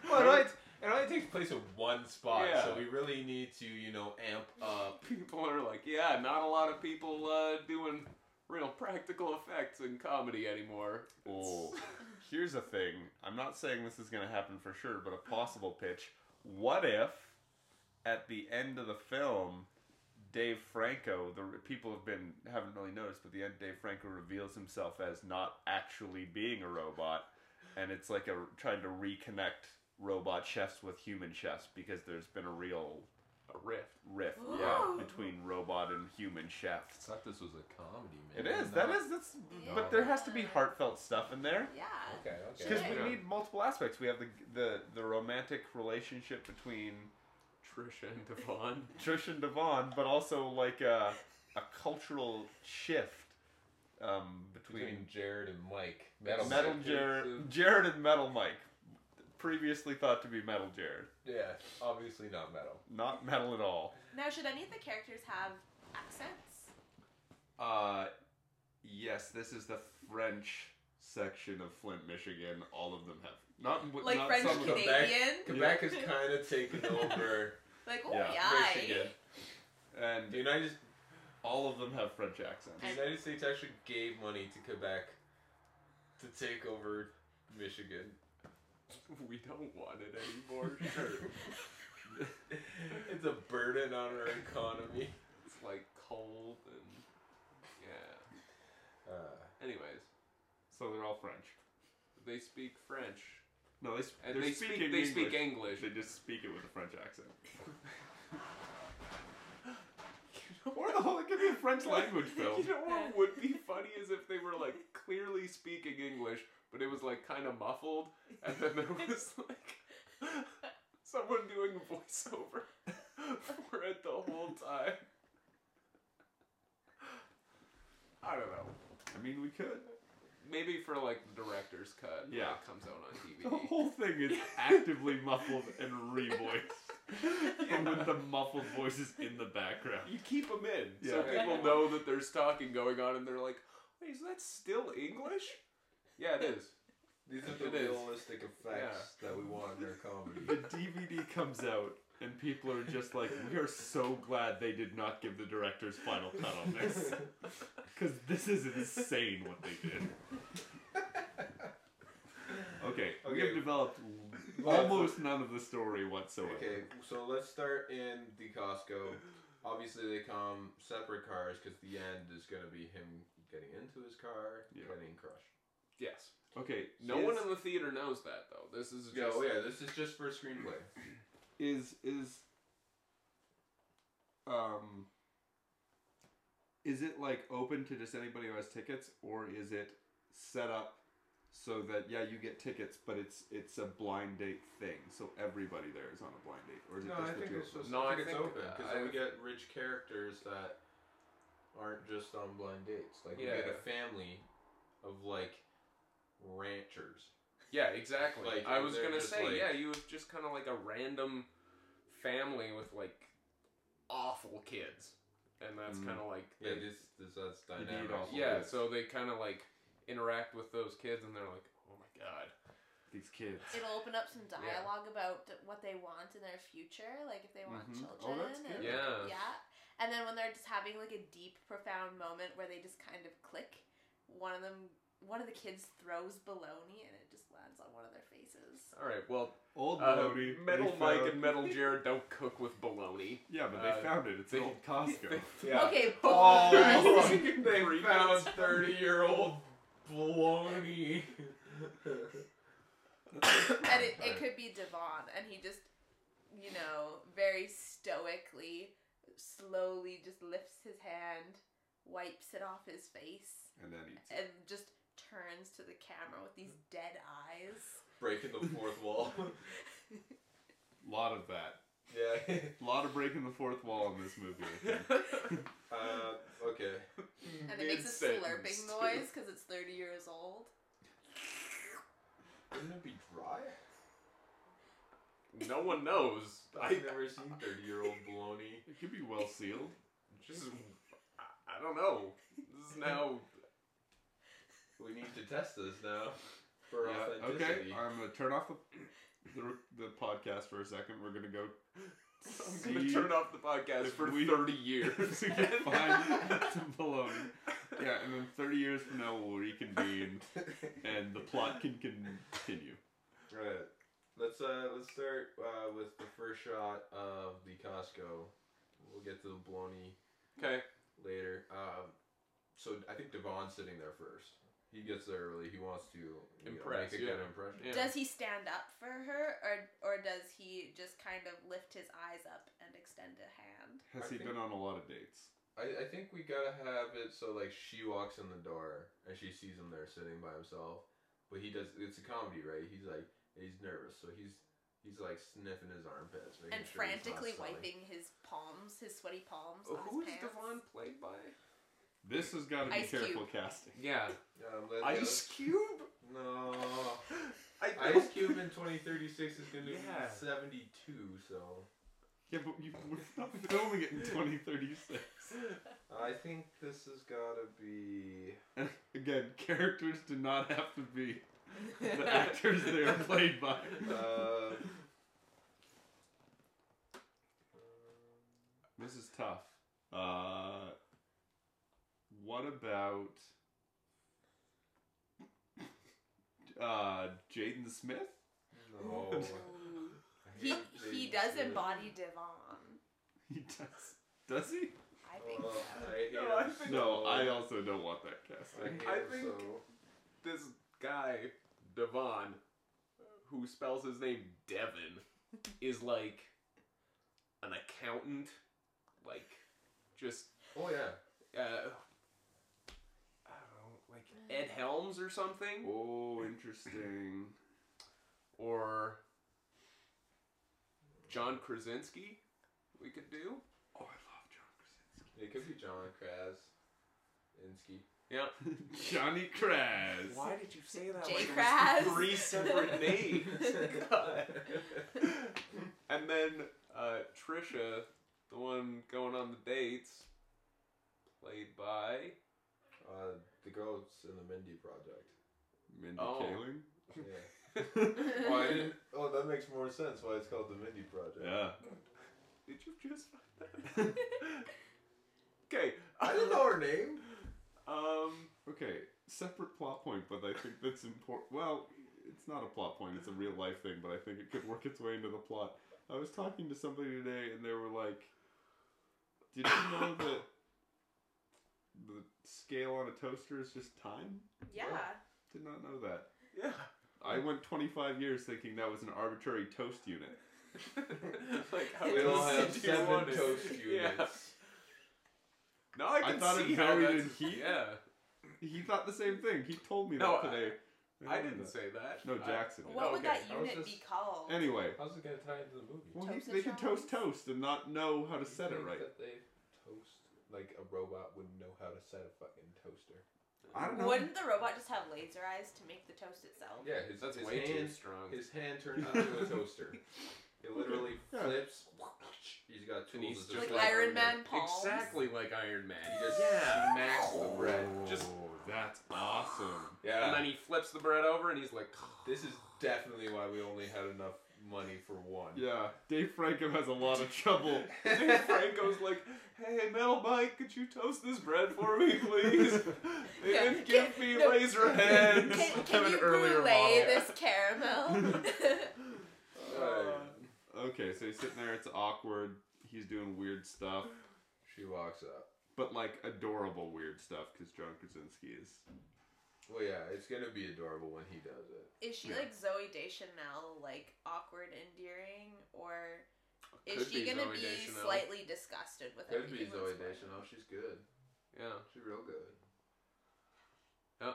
E: Well, it only, it only takes place in one spot,
B: Yeah.
E: so we really need to, you know, amp up.
B: people are like, yeah, not a lot of people uh, doing real practical effects in comedy anymore.
D: Oh, here's a thing. I'm not saying this is going to happen for sure, but a possible pitch. What if at the end of the film Dave Franco, the people have been haven't really noticed, but the end Dave Franco reveals himself as not actually being a robot, and it's like a trying to reconnect robot chefs with human chefs because there's been a real
B: A rift.
D: rift, yeah,
C: Ooh.
D: between robot and human chefs.
E: thought this was a comedy,
D: It
E: man.
D: is. That is. That's. But there has to be heartfelt stuff in there.
C: Yeah.
E: Okay, okay.
D: Because
C: Yeah.
D: we need multiple aspects. We have the the the romantic relationship between
B: Trisha and Devon.
D: Trish and Devon, but also like a, a cultural shift um, between,
E: Between Jared and Mike.
D: Metal,
E: Mike.
D: Jared, Jared and Metal Mike, previously thought to be Metal Jared,
E: Yeah, obviously not metal.
D: not metal at all.
C: Now, should any of the characters have accents?
D: Uh, yes, this is the French section of Flint, Michigan. All of them have not
C: Like
D: not
C: French
D: some of them.
E: Quebec.
C: Canadian?
E: Quebec is kind of taking over
C: Like, oh,
D: Yeah,
C: yeah.
E: Michigan.
D: and
E: The United,
D: all of them have French accents.
E: the United States actually gave money to Quebec to take over Michigan.
B: We don't want it anymore. Sure.
E: it's a burden on our economy.
B: It's like cold and yeah.
E: Uh,
B: Anyways,
D: So they're all French.
B: they speak French
D: No, they, sp-
B: and
D: they're
B: they speak
D: speaking
B: they
D: English.
B: speak English.
D: They just speak it with a French accent.
B: You know
D: Or the whole, it could be a French language film.
B: You know what would be funny is if they were like clearly speaking English, but it was like kind of muffled, and then there was like someone doing voiceover for it the whole time. I don't know.
D: I mean, we could.
B: Maybe for like the director's cut, when
D: Yeah.
B: it comes out on
D: The
B: DVD.
D: whole thing is actively muffled and revoiced. And with the muffled voices in the background.
B: You keep them in so
D: Yeah.
B: people know that there's talking going on, and they're like, "Wait, is that still English?" Yeah, it is.
E: these
B: are the It is.
E: realistic
B: effects
E: that we want in our
D: The
E: comedy.
D: DVD comes out, and people are just like, we are so glad they did not give the director's final cut on this. Because this is insane what they did. Okay, we have
E: Okay.
D: developed almost none of the story whatsoever.
E: Okay, so let's start in the Costco. Obviously, they come separate cars because the end is going to be him getting into his car,
D: Yeah.
E: getting crushed.
B: Yes.
D: Okay,
B: No
D: is-
B: one in the theater knows that though. This is just
E: Yeah, oh yeah, this is just for screenplay.
D: is is um is it like open to just anybody who has tickets or is it set up so that yeah you get tickets but it's it's a blind date thing so everybody there is on a blind date or is it
E: No,
D: just
E: I
D: the
E: think
D: two
E: it's
D: of them?
E: just
B: No,
E: I
B: I
E: think it's
B: think-
E: open because
B: I-
E: then we get rich characters that aren't just on blind dates. Like we get
B: Yeah.
E: a family of like ranchers.
B: Yeah, exactly.
E: Like,
B: I was
E: they're
B: gonna
E: just
B: say,
E: like-
B: yeah, you have just kind of like a random family with like awful kids, and that's
D: Mm.
B: kind of like
E: Yeah,
B: they-
E: this, this that's
D: need
E: dynamic.
D: awful
B: yeah.
D: kids.
B: So they kind of like interact with those kids, and they're like, oh my god,
D: these kids
C: It'll open up some
B: Yeah.
C: dialogue about what they want in their future, like if they want
D: Mhm.
C: children.
D: Oh, that's good.
C: and-
B: Yeah.
C: Yeah. And then when they're just having like a deep, profound moment where they just kind of click, one of them, one of the kids throws baloney and it just lands on one of their faces.
B: all right, well,
D: old
B: uh,
D: Bodhi, they
B: Metal Mike
D: found-
B: and Metal Jared don't cook with bologna.
D: yeah but they
B: uh,
D: found it it's
B: they-
D: an old Costco
E: Yeah.
C: Okay, both
D: Oh.
C: of us.
E: they found thirty year old baloney.
D: oh.
C: and it, it could be Devon, and he just, you know, very stoically, slowly just lifts his hand, wipes it off his face,
D: and then eats it.
C: and just turns to the camera with these dead eyes.
E: breaking the fourth wall.
D: lot of that
E: yeah.
D: a lot of breaking the fourth wall in this movie I think.
E: Uh, okay.
C: And it makes a slurping noise because it's 30 years old.
E: Wouldn't it be dry?
B: No one knows. I
E: I've never seen thirty year old baloney.
D: it could be well sealed
B: just, I- I don't know. This is now
E: We need to test this now for
D: Yeah,
E: authenticity.
D: Okay, I'm gonna turn off the, the the podcast for a second. We're gonna go
B: I'm gonna
D: See?
B: turn off the podcast
D: If
B: for
D: we-
B: 30 years
D: find
B: again.
D: some baloney. Yeah, and then 30 years from now we'll reconvene and the plot can continue.
E: Right. Let's uh let's start uh, with the first shot of the Costco We'll get to the baloney
B: Okay.
E: later. Um, so I think Devon's sitting there first. He gets there early. He wants to you know,
B: Impress,
E: make a good
B: yeah.
E: impression.
B: Yeah.
C: Does he stand up for her, or or does he just kind of lift his eyes up and extend a hand?
D: Has
E: I
D: he
E: think-
D: been on a lot of dates?
E: I, I think we gotta have it so like she walks in the door and she sees him there sitting by himself, but he does. It's a comedy, right? He's like he's nervous, so he's he's like sniffing his armpits, making
C: and
E: sure he's not
C: frantically
E: smelling.
C: wiping his palms, his sweaty palms
B: Oh,
C: on
B: who
C: his
B: is
C: pants.
B: Devon played by?
D: This has got to be
C: Ice Cube.
D: careful casting.
B: Yeah.
E: Yeah, I'm letting-
B: Ice Cube.
E: No.
B: I
E: Ice Cube in 2036 is gonna
B: Yeah.
E: be 72, so
D: Yeah, but you, we're not filming it in 2036.
E: I think this has gotta be.
D: And again, characters do not have to be the actors they are played by.
E: Uh,
D: This is tough. Uh, what about uh, Jaden Smith?
E: no.
C: Ooh. He he does embody Devon.
D: He does. Does he?
C: I think
E: Oh,
C: so.
E: I hate
B: No, I
E: him
B: think-
D: No,
E: so-
D: I also don't want that
E: I
D: casting.
E: hate
B: I
E: him
B: think-
E: so.
B: This guy Devon, who spells his name Devon, is like an accountant, like just
E: Oh yeah.
B: uh, I don't know, like Ed Helms or something,
D: Oh, interesting.
B: or John Krasinski. We could do.
D: Oh, I love
E: It could be John Krasinski.
B: Yeah.
D: John Krasinski. Johnny Kraz.
B: did you say that?
C: J. Kras.
B: Three separate names. God. And then uh, Trisha, the one going on the dates, played by
E: uh, the goats in the Mindy project.
D: Mindy
B: Oh.
D: Kaling.
E: Yeah.
C: Oh,
E: Why didn't- oh, that makes more sense. Why it's called the Mindy project.
D: Yeah.
B: Did you just find that? okay.
E: I didn't know her name.
B: Um.
D: Okay, separate plot point, but I think that's important. Well, it's not a plot point, it's a real life thing, but I think it could work its way into the plot. I was talking to somebody today, and they were like, Did you know that the scale on a toaster is just time?
C: yeah.
D: Did not know that.
B: Yeah.
D: I
B: Mm.
D: went 25 years thinking that was an arbitrary toast unit.
B: like how
E: They
C: It
E: all
C: was
E: have
B: easy do you
E: seven
B: want it?
E: toast
B: Yeah.
E: units.
B: No, I can
D: thought it
B: see how
D: varied
B: that's,
D: in heat.
B: Yeah.
D: He thought the same thing. He told me
B: No,
D: that
B: I-
D: today.
B: I
D: learned
B: didn't
D: that.
B: say that.
D: No,
B: I-
D: Jackson. did.
C: What would
B: Okay,
C: that
E: I was
C: unit be
E: just-
C: called?
D: Anyway,
E: How's it gonna tie into the movie?
D: well, he,
C: Toast and
D: they could toast
C: shells.
D: toast and not know how to
E: You
D: set it
E: think
D: right.
E: That they toast like a robot would know how to set a fucking toaster.
D: I don't know.
C: Wouldn't the robot just have laser eyes to make the toast itself?
E: Yeah, his,
B: That's
E: his
B: way
E: hand,
B: too strong.
E: His hand turns into a toaster. It literally
D: Yeah.
E: flips. He's got tools.
B: And he's
E: to
B: just
C: Like
E: slice
B: like-
C: Iron
E: it.
C: Man palms.
B: exactly like Iron Man.
E: He just
B: yeah.
E: smacks the bread.
D: Oh.
B: Just-
D: that's awesome.
E: Yeah.
B: And then he flips the bread over and he's like,
E: This is definitely why we only had enough money for one.
D: Yeah, Dave Franco has a lot of trouble.
B: Dave Franco's like, hey, Metal Mike, could you toast this bread for me, please? They
C: Yeah.
B: didn't give me
C: No.
B: laser hands.
C: Can,
D: Have
C: can
D: an
C: you
D: earlier
C: brulee
D: model.
C: this caramel?
E: Uh,
D: okay, so he's sitting there. It's awkward. He's doing weird stuff,
E: she walks up.
D: but like adorable weird stuff because John Krasinski is.
E: Well, yeah, it's gonna be adorable when he does it.
C: is she
D: Yeah.
C: like Zoe Deschanel, like awkward, endearing, or is
B: Could
C: she
B: be
C: gonna
B: Zooey
C: be
B: Deschanel.
C: slightly disgusted with
E: Could be
C: everything?
E: Zoe
C: that's going on?
E: Deschanel. She's good.
B: Yeah.
E: She's real good.
B: Yeah.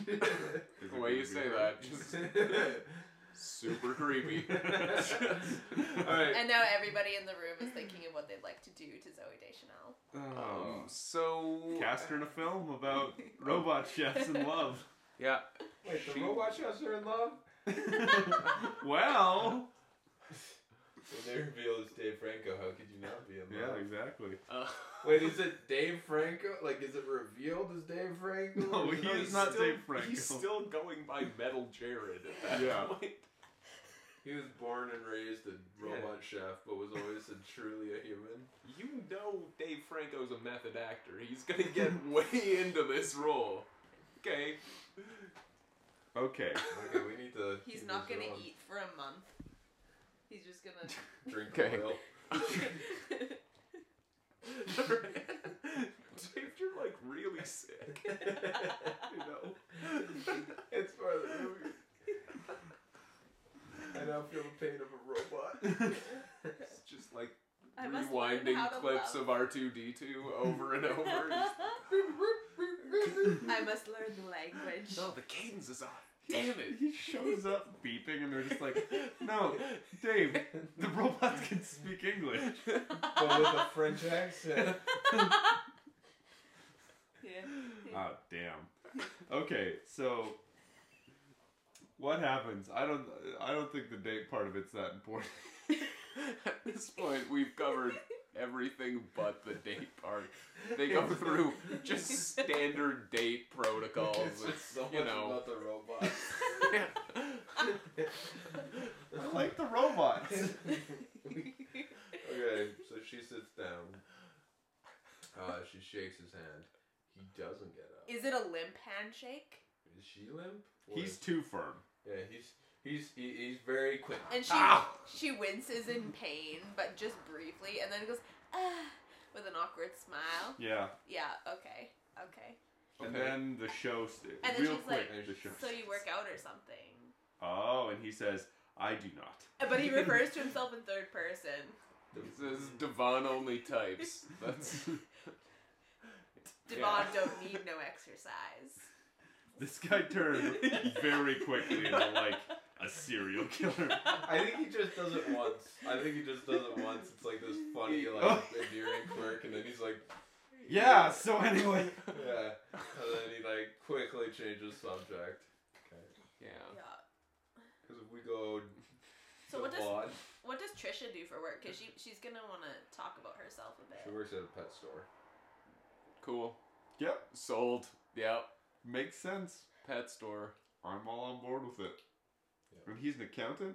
D: is
B: The
D: it
B: way you
D: gonna be
B: say
D: good?
B: that, just super creepy.
E: All right.
C: And now everybody in the room is thinking of what they'd like to do to Zoe Deschanel.
D: Oh.
B: Um, so.
D: Cast her in a film about robot chefs in love.
B: Yeah.
E: Wait, the
B: She-
E: robot chefs are in love?
D: well,
E: When they reveal it's Dave Franco, how could you not be in
D: yeah,
E: love?
D: exactly.
B: Uh,
E: Wait, is it Dave Franco? Like, is it revealed as Dave Franco?
D: No,
E: Or
D: he
E: it-
D: is not
B: still,
D: Dave Franco.
B: He's still going by Metal Jared at that
D: Yeah.
B: point.
E: He was born and raised a robot chef, but was always a, truly a human.
B: You know Dave Franco's a method actor. He's gonna get way into this role. Okay.
D: Okay,
E: Okay, we need to.
C: He's
E: keep
C: not
E: this
C: gonna
E: going.
C: eat for a month. He's just gonna.
E: Drink
B: Okay.
E: oil.
B: Dave, you're like really sick. you know?
A: It's part of the movie. I now feel the pain of a robot.
B: It's just like
C: I must learn
B: rewinding
C: how to
B: clips
C: love.
B: of R2D2 over and over. Just-
C: I must learn the language.
B: no, the cadence is off. Damn it.
D: He shows up beeping, and they're just like, "No, Dave, the robots can speak English."
A: But with a French accent.
C: Yeah.
D: Ah, damn. Okay, so what happens? I don't. I don't think the date part of it's that important.
B: At this point, we've covered everything but the date part. They go through just standard date protocols.
A: It's
B: and,
A: just so much
B: you know.
A: about the robot.
D: I like the robots.
E: Okay, so she sits down. Uh, she shakes his hand. He doesn't get up.
C: Is it a limp handshake?
E: Is she limp? Or
D: He's
E: is-
D: too firm.
E: yeah. He's he's he, he's very quick.
C: And she
D: Ow!
C: she winces in pain, but just briefly, and then goes ah with an awkward smile.
D: Yeah.
C: Yeah. Okay. Okay.
D: And
E: Okay.
D: then the show. St-
C: And then
D: real
C: she's
D: quick,
E: like,
D: the show.
C: So you work out or something.
D: Oh, and he says, "I do not."
C: But he refers to himself in third person.
B: This is Devon only types. That's
C: Devon
B: Yeah.
C: don't need no exercise.
D: This guy turned very quickly into like a serial killer.
E: I think he just does it once. I think he just does it once. It's like this funny, like endearing quirk, and then he's like,
D: Yeah. So anyway,
E: yeah, and then he like quickly changes subject. Okay,
B: yeah.
C: Yeah.
E: because if we go,
C: So
E: to
C: what does
E: Vaughn,
C: what does Trisha do for work? Cause she she's gonna want to talk about herself a
E: She
C: bit.
E: works at a pet store.
B: Cool.
D: Yep.
B: Sold. Yep.
D: makes sense.
B: Pet store.
D: I'm all on board with it.
E: Yeah.
D: And he's an accountant.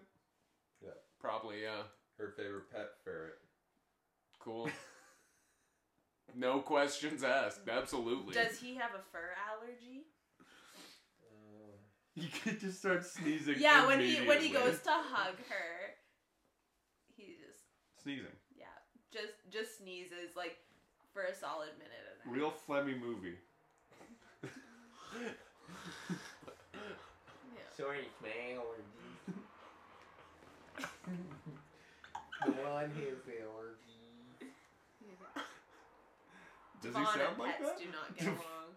B: Probably, yeah.
E: Her favorite pet ferret.
B: Cool. No questions asked. Absolutely.
C: Does he have a fur allergy?
E: Uh,
D: He could just start sneezing.
C: Yeah, when he when he
D: immediately.
C: goes to hug her, he just
D: sneezing.
C: yeah just just sneezes like for a solid minute. And
D: Real Flemmy movie.
C: Yeah.
A: Sorry, my allergy. the one has the allergy.
D: Does
C: Devon
D: he sound
C: and
D: like
C: pets
D: that?
C: do not get
D: Dev-
C: along.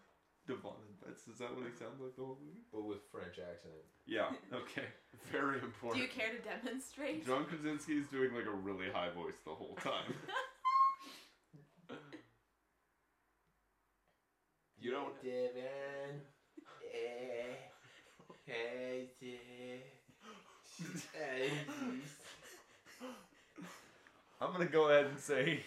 D: Devon and Betts. Is that what he sounds like the whole movie?
E: but with French accent.
D: Yeah. Okay.
B: Very
C: Do
B: important.
C: you care to demonstrate?
D: John Krasinski is doing like a really high voice the whole time.
B: You don't.
A: Devin. Eh. Hey,
D: I'm gonna go ahead and say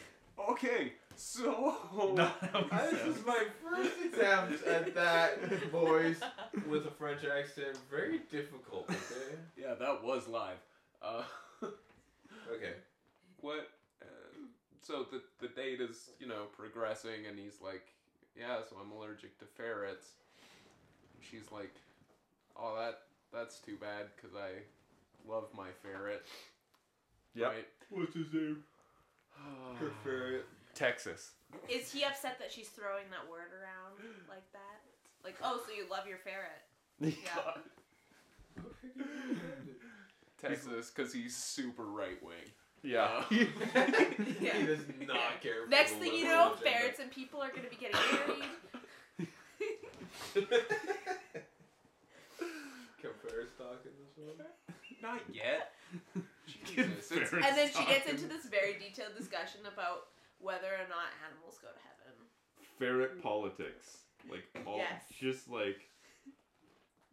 B: Okay, so.
D: not how he
A: This
D: sounds.
A: was my first attempt at that voice with a French accent. Very difficult. Okay.
B: Yeah, that was live. Uh,
E: Okay.
B: what? Uh, so the the date is you know progressing, and he's like, "Yeah, so I'm allergic to ferrets." And she's like, "Oh, that that's too bad because I love my ferret."
D: Yep.
B: Right?
D: What's his name? Texas.
C: Is he upset that she's throwing that word around like that? Like, oh, so you love your ferret? Yeah.
B: Texas, because he's super right wing.
D: Yeah.
E: he does
C: Yeah.
E: not care. For
C: Next
E: the
C: thing you
E: liberal
C: know,
E: agenda.
C: ferrets and people are going to be getting married.
E: Can Ferris talk in this one?
B: Not yet. Jesus, it's-
D: Ferrets
C: and then she gets
D: talking.
C: into this very detailed discussion about whether or not animals go to heaven.
D: ferret politics. Like all
C: Yes.
D: just like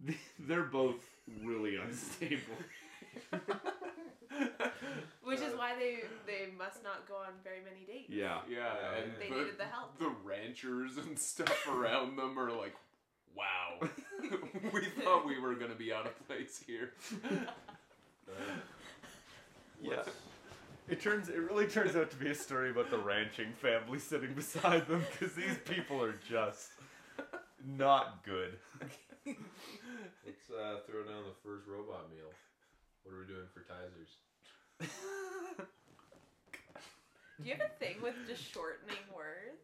D: they're both really unstable.
C: Which is why they they must not go on very many dates.
D: Yeah.
B: Yeah, and
C: They
B: the,
C: needed the help.
B: the ranchers and stuff around them are like, wow, we thought we were gonna be out of place here.
D: Yeah. It turns it really turns out to be a story about the ranching family sitting beside them because these people are just not good.
E: Let's uh, throw down the first robot meal. What are we doing for Tizers?
C: Do you have a thing with just shortening words?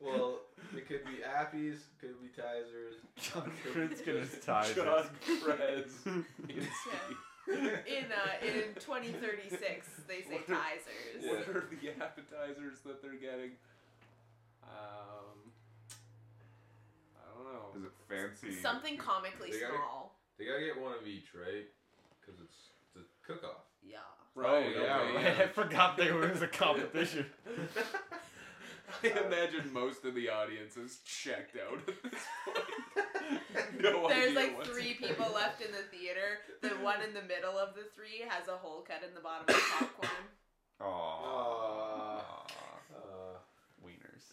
E: Well, it could be appies, could be tizers.
D: John
E: could be
D: Fritz gonna
E: just-
D: tie
B: John
D: this.
B: Krez.
C: In uh, in 2036, they say
B: What are-
C: Kaiser's.
E: Yeah.
B: What are the appetizers that they're getting? Um, I don't know.
D: Is it fancy?
C: Something comically
E: They got it?
C: small.
E: They gotta get one of each, right? Because it's the cook off.
C: Yeah.
B: Right,
E: Oh, yeah,
B: okay,
E: right.
B: yeah.
D: I forgot there was a competition.
B: I imagine most of the audience is checked out at this point. No
C: There's
B: idea
C: like
B: what's-
C: three people left in the theater. The one in the middle of the three has a hole cut in the bottom of the popcorn.
D: Aww.
E: Uh,
D: Wieners.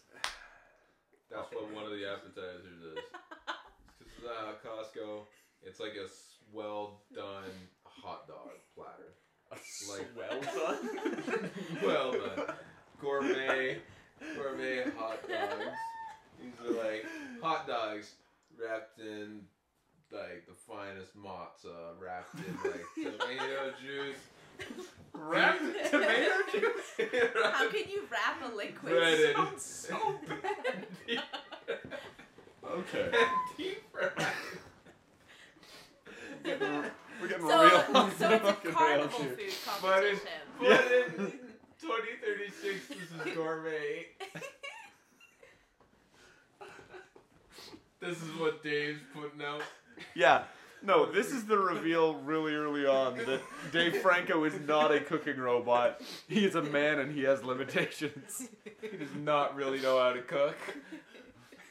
E: that's what one of the appetizers is. This is uh, Costco. It's like a s- well done hot dog platter. like-
B: well done.
E: Well uh, done. Gourmet, gourmet hot dogs. These are like hot dogs wrapped in like the finest matzah, wrapped in like tomato juice.
D: Wrapped in tomato juice?
C: How can you wrap a liquid?
E: Breaded.
C: so- so bad?
D: Okay.
E: deep fried.
D: We're getting- we're getting
C: so,
D: real.
C: so it's a
D: fucking real
C: carnival
D: here.
C: food
E: But
C: competition.
E: it's-
D: Yeah.
E: But in 2036, this is gourmet. This is what Dave's putting out.
D: Yeah. No, this is the reveal really early on that Dave Franco is not a cooking robot. He is a man and he has limitations. He does not really know how to cook.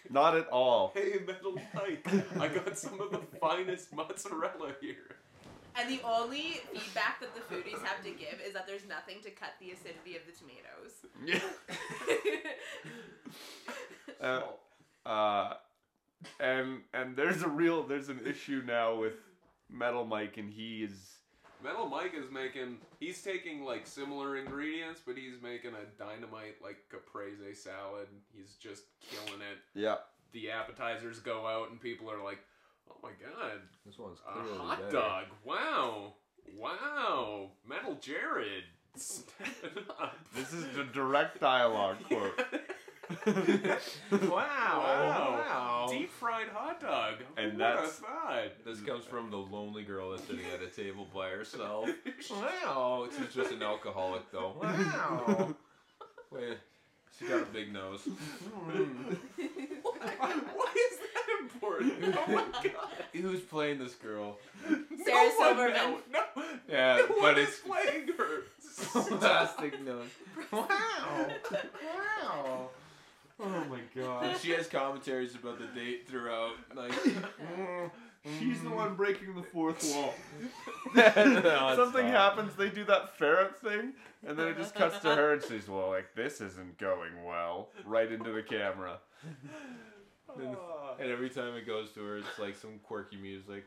D: Not at all.
B: hey, Metal Mike, I got some of the finest mozzarella here.
C: And the only feedback that the foodies have to give is that there's nothing to cut the acidity of the tomatoes.
D: Yeah. Uh,
B: Oh,
D: uh, and and there's a real there's an issue now with Metal Mike and he is
B: Metal Mike is making. He's taking like similar ingredients, but he's making a dynamite like caprese salad. He's just killing it.
D: yeah
B: The appetizers go out, and people are like, "Oh my god,
E: This one's
B: a hot dog! Wow, wow, Metal Jared." Stand up.
D: this is the direct dialogue quote
B: wow, wow,
E: Wow.
B: deep fried hot dog.
D: And
B: what
D: that's-
B: a thought.
E: This comes from the lonely girl that's sitting at a table by herself. Wow. She's just an alcoholic, though.
D: Hmm.
E: Wow. Wait, she got a big nose.
B: Hmm. Why is that important? Oh my god.
E: Who's playing this girl?
C: Sarah
B: no one,
C: Silverman.
B: No, no,
D: yeah
B: no one
D: but
B: is
D: it's
B: playing her.
E: Plastic nose. Wow.
D: wow oh my god
E: Uh, She has commentaries about the date throughout. Like,
D: she's the one breaking the fourth wall
E: it's
D: something
E: not.
D: happens they do that ferret thing and then it just cuts to her and she's well like this isn't going well right into the camera
E: and every time it goes to her, it's like some quirky music.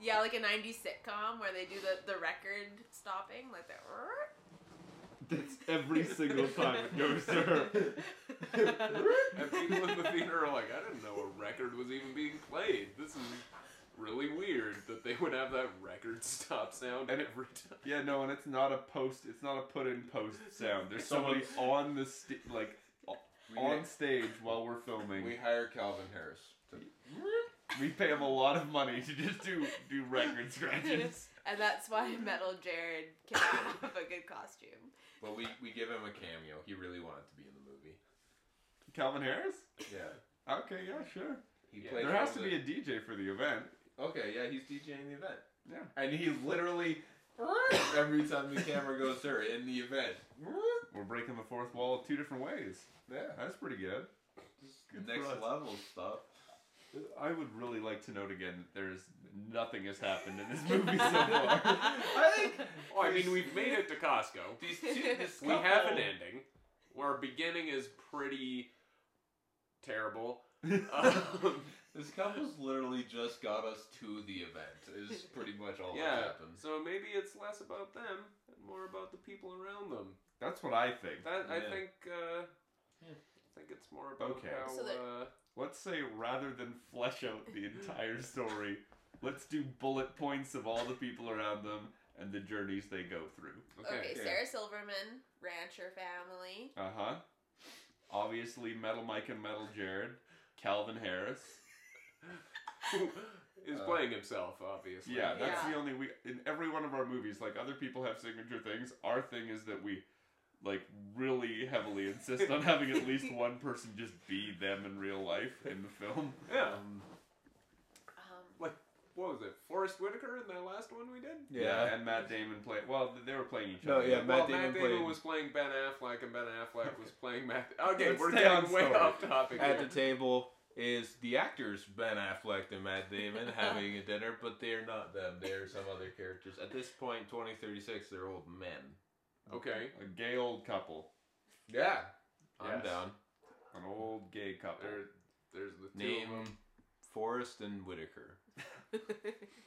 C: Yeah, like a 90s sitcom where they do the, the record stopping, like the.
D: that's every single time it goes to her
B: And people in the theater are like, I didn't know a record was even being played. This is really weird that they would have that record stop sound
D: And it-
B: every time.
D: Yeah, no, and it's not a post. It's not a put in post sound. There's somebody on the sta- like
E: We,
D: on stage while we're filming.
E: we
D: We,
E: hire Calvin Harris. To,
D: pay him a lot of money to just do do record scratches.
C: and that's why Metal Jared cannot have a good costume.
E: but we, we give him a cameo. He really wanted to be in the movie.
D: Calvin Harris?
E: Yeah.
D: Okay, yeah, sure.
E: He
B: Yeah.
E: played
D: There has to
E: Calvin.
D: be a DJ for the event.
E: Okay, yeah, he's DJing the event.
D: Yeah.
E: And he literally every time the camera goes to her in the event.
D: We're breaking the fourth wall two different ways.
E: Yeah.
D: That's pretty good. Good
E: Next
D: for us.
E: level stuff.
D: I would really like to note again that there's nothing has happened in this movie so far.
E: I think
B: Oh, I mean, we've made it to Costco.
E: these two this
B: We have an
E: couple-
B: ending. Our beginning is pretty terrible. Um,
E: Um, this couple's literally just got us to the event. Is pretty much all
B: yeah.
E: that happens.
B: So maybe it's less about them and more about the people around them.
D: That's what I think.
B: That I
E: Yeah.
B: think. Uh,
E: Yeah.
B: I think it's more about
D: Okay.
B: how.
C: So that-
B: uh,
D: Let's say rather than flesh out the entire story, let's do bullet points of all the people around them and the journeys they go through.
B: Okay.
C: Okay,
D: yeah.
C: Sarah Silverman, rancher family.
D: Uh huh. Obviously, Metal Mike and Metal Jared, Calvin Harris.
B: Is
D: Uh,
B: playing himself, obviously.
D: Yeah, that's
C: Yeah.
D: the only we in every one of our movies. Like other people have signature things. Our thing is that we like really heavily insist on having at least one person just be them in real life in the film.
B: Yeah.
E: Um,
C: Um,
B: What was it? Forrest Whitaker in that last one we did?
E: yeah.
D: and Matt Damon played. Well, they were playing each
A: No,
D: other.
A: yeah, Matt
B: well,
A: Damon
B: Matt Damon
A: played-
B: was playing Ben Affleck, and Ben Affleck was playing Matt. Okay,
D: Let's
B: we're
D: stay
B: getting
D: on
B: way
D: story.
B: off topic.
E: At
B: here.
E: the table is the actors Ben Affleck and Matt Damon having a dinner, but they're not them. They're some other characters. At this point, 2036, they're old men.
B: okay,
D: a gay old couple,
E: Yeah. I'm
B: Yes.
E: down.
D: an old gay couple.
B: there, there's the two of them.
E: Name Forrest and Whitaker.
C: Um,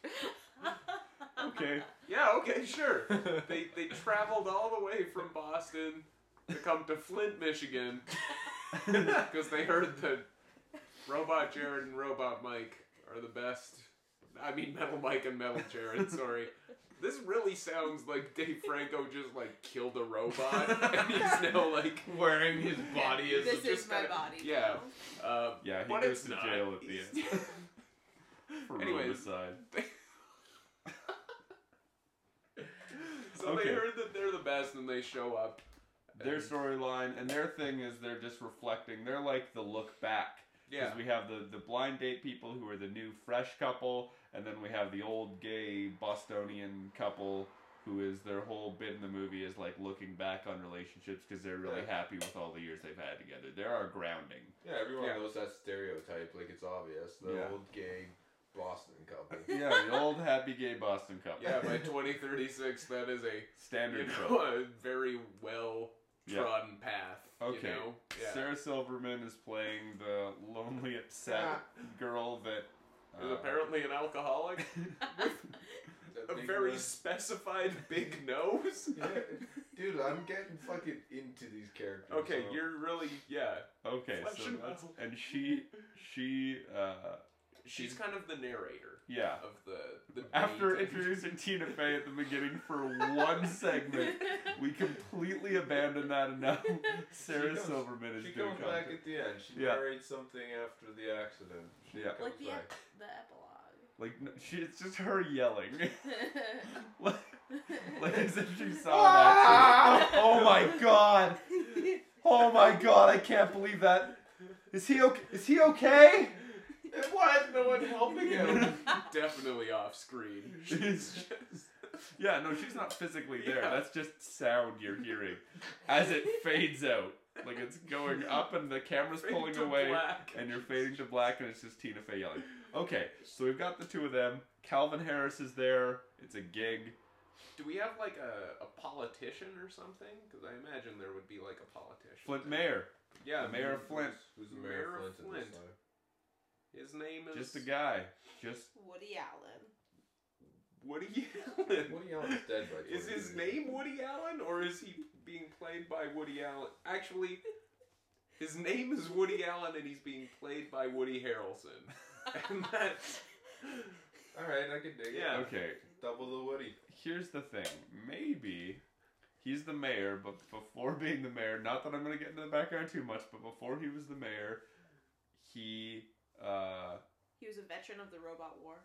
D: Okay.
B: Yeah, okay, sure. they they traveled all the way from Boston to come to Flint, Michigan, because they heard that Robot Jared and Robot Mike are the best. I mean, Metal Mike and Metal Jared. Sorry. This really sounds like Dave Franco just like killed a robot, and he's now like
E: Wearing his body as
B: is
C: this is
B: just
C: my
B: kinda-
C: body.
B: yeah.
C: now.
B: Uh,
D: Yeah, he
B: But
D: goes
B: it's
D: to
B: not.
D: jail at the end for
B: Anyways.
D: homicide.
B: so
D: Okay.
B: they heard that they're the best, and they show up.
D: Their
B: And-
D: storyline and their thing is they're just reflecting. They're like the look back.
B: Yeah.
D: we have the, the blind date people who are the new fresh couple, and then we have the old gay Bostonian couple who is their whole bit in the movie is like looking back on relationships because they're really
E: Right.
D: happy with all the years they've had together. They're our grounding.
E: Yeah, everyone
B: Yeah.
E: knows that stereotype. Like, it's obvious. The
D: Yeah.
E: old gay Boston couple.
D: Yeah, the old happy gay Boston couple.
B: Yeah, by 2036, that is a you
D: standard
B: know
D: trope.
B: a very well
D: Yeah.
B: trodden path.
D: Okay.
B: You know? Yeah.
D: Sarah Silverman is playing the lonely, upset girl that.
B: Is
D: uh,
B: apparently an alcoholic
E: That
B: a
E: big
B: very
E: one.
B: specified big nose.
E: Yeah. Dude, I'm getting fucking into these characters.
B: Okay,
E: so-
B: you're really yeah.
D: Okay,
B: Flesh
D: so
B: and
D: that's,
B: bone.
D: and she she uh
B: She's kind of the narrator
D: yeah.
B: of the the
D: After
B: meat and-
D: introducing Tina Fey at the beginning for one segment, we completely abandoned that and now Sarah
E: She comes-
D: Silverman is
E: She
D: doing
E: comes back
D: content.
E: at the end. She
D: Yeah.
E: married something after the accident. She
D: Yeah.
E: comes
C: like the,
E: back.
C: ep- the epilogue.
D: Like no, she, it's just her yelling, like, like as if she saw
B: Ah!
D: an accident. Oh my god! Oh my god! I can't believe that. Is he okay? Is he okay?
E: Why is no one helping him?
B: definitely off screen.
D: She's
B: just
D: Yeah, no, she's not physically there.
B: Yeah.
D: That's just sound you're hearing as it fades out. Like it's going up and the camera's pulling
B: fade to
D: away
B: black.
D: and you're fading to black and it's just Tina Fey yelling. Okay, so we've got the two of them. Calvin Harris is there. It's a gig.
B: Do we have like a, a politician or something? Because I imagine there would be like a politician.
D: Flint
B: there.
D: Mayor.
B: Yeah,
D: The mayor of Flint.
E: Who's the mayor,
B: Mayor of
E: of Flint? in this
B: Flint. His name is
D: Just a guy. Just
C: Woody Allen.
B: Woody Allen.
E: life? Woody Allen's dead by
B: Is his
E: 2030.
B: name Woody Allen, or is he being played by Woody Allen? Actually, his name is Woody Allen, and he's being played by Woody Harrelson. And that's
E: Alright, I can dig
B: Yeah.
E: it.
D: okay.
E: Double the Woody.
D: Here's the thing. Maybe he's the mayor, but before being the mayor, not that I'm gonna get into the background too much, but before he was the mayor, he uh
C: He was a veteran of the robot war.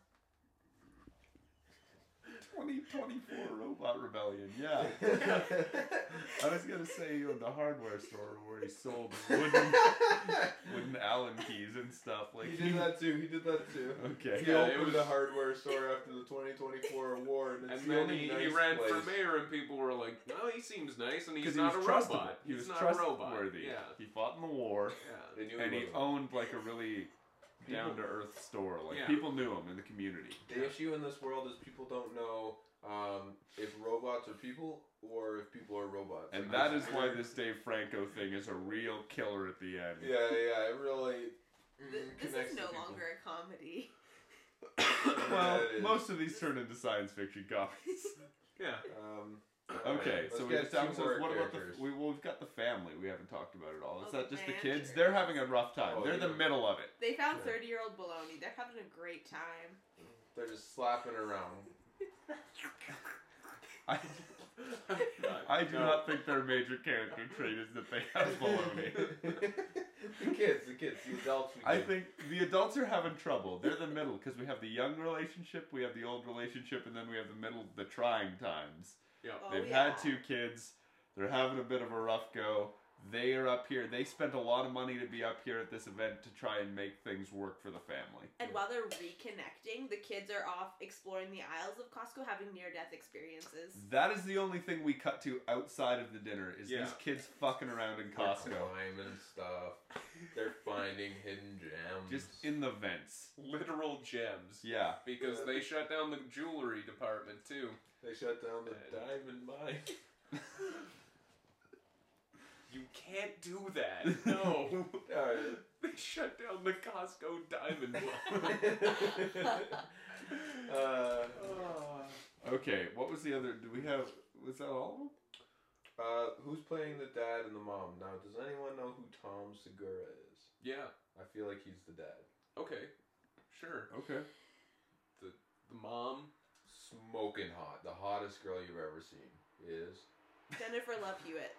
D: 2024 Robot Rebellion, yeah. I was gonna say you owned the hardware store where he sold wooden, wooden Allen keys and stuff. Like
E: he did that too. He did that too.
D: Okay.
E: He
B: Yeah, it
E: opened
B: was-
E: a hardware store after the 2024 war, and it's
B: and
E: the
B: then
E: only
B: he,
E: nice
B: he ran
E: place.
B: for mayor, and people were like, "No, he seems nice, and he's
D: he
B: not
D: was
B: a
D: trustable.
B: robot.
D: He
B: he's
D: was
B: not a robot."
D: trustworthy.
B: Yeah,
D: He fought in the war,
B: yeah.
E: They knew
D: and he
E: wasn't.
D: owned like a really down to earth store. Like
B: Yeah.
D: people knew him in the community.
E: The issue in this world is people don't know um, if robots are people or if people are robots.
D: And that is why this Dave Franco thing is a real killer at the end.
E: Yeah, yeah, it really. mm,
C: Th- This,
E: connects
C: is
E: to
C: no
E: people.
C: longer a comedy.
D: Well,
E: Yeah, it is.
D: most of these turn into science fiction copies.
B: yeah.
E: Um,
D: Okay,
E: let's
D: so we
E: get
D: just
E: two
D: have
E: more
D: what about the
E: characters.
D: we, well, we've got the family we haven't talked about at all. Is
C: Oh,
D: that
C: the
D: just the
C: ranchers.
D: kids? They're having a rough time.
E: Oh,
D: They're the
E: yeah.
D: middle of it.
C: They found
E: Yeah.
C: 30 year old baloney. They're having a great time.
E: They're just slapping around.
D: I, I do not think their major character trait is that they have baloney.
E: the kids, the kids, the adults. we
D: I
E: get.
D: think the adults are having trouble. They're the middle because we have the young relationship, we have the old relationship, and then we have the middle, the trying times.
B: Yeah.
C: Oh,
D: They've
C: yeah.
D: had two kids. They're having a bit of a rough go. They are up here. They spent a lot of money to be up here at this event to try and make things work for the family.
F: And while they're reconnecting, the kids are off exploring the aisles of Costco having near death experiences.
D: That is the only thing we cut to outside of the dinner is
B: Yeah.
D: these kids fucking around in
E: They're
D: Costco.
E: climbing stuff. They're finding hidden gems.
D: Just in the vents.
B: Literal gems.
D: Yeah.
B: Because
E: Yeah.
B: they shut down the jewelry department too.
E: they shut down the
B: And-
E: diamond mine.
B: You can't do that. No.
E: Alright.
B: they shut down the Costco diamond mine.
E: uh,
D: Okay, what was the other? Do we have. Was that all of them?
E: uh, who's playing the dad and the mom? Now, does anyone know who Tom Segura is?
B: yeah.
E: I feel like he's the dad.
B: Okay. Sure.
D: Okay.
B: The mom.
E: Smoking hot, the hottest girl you've ever seen is
F: Jennifer Love Hewitt.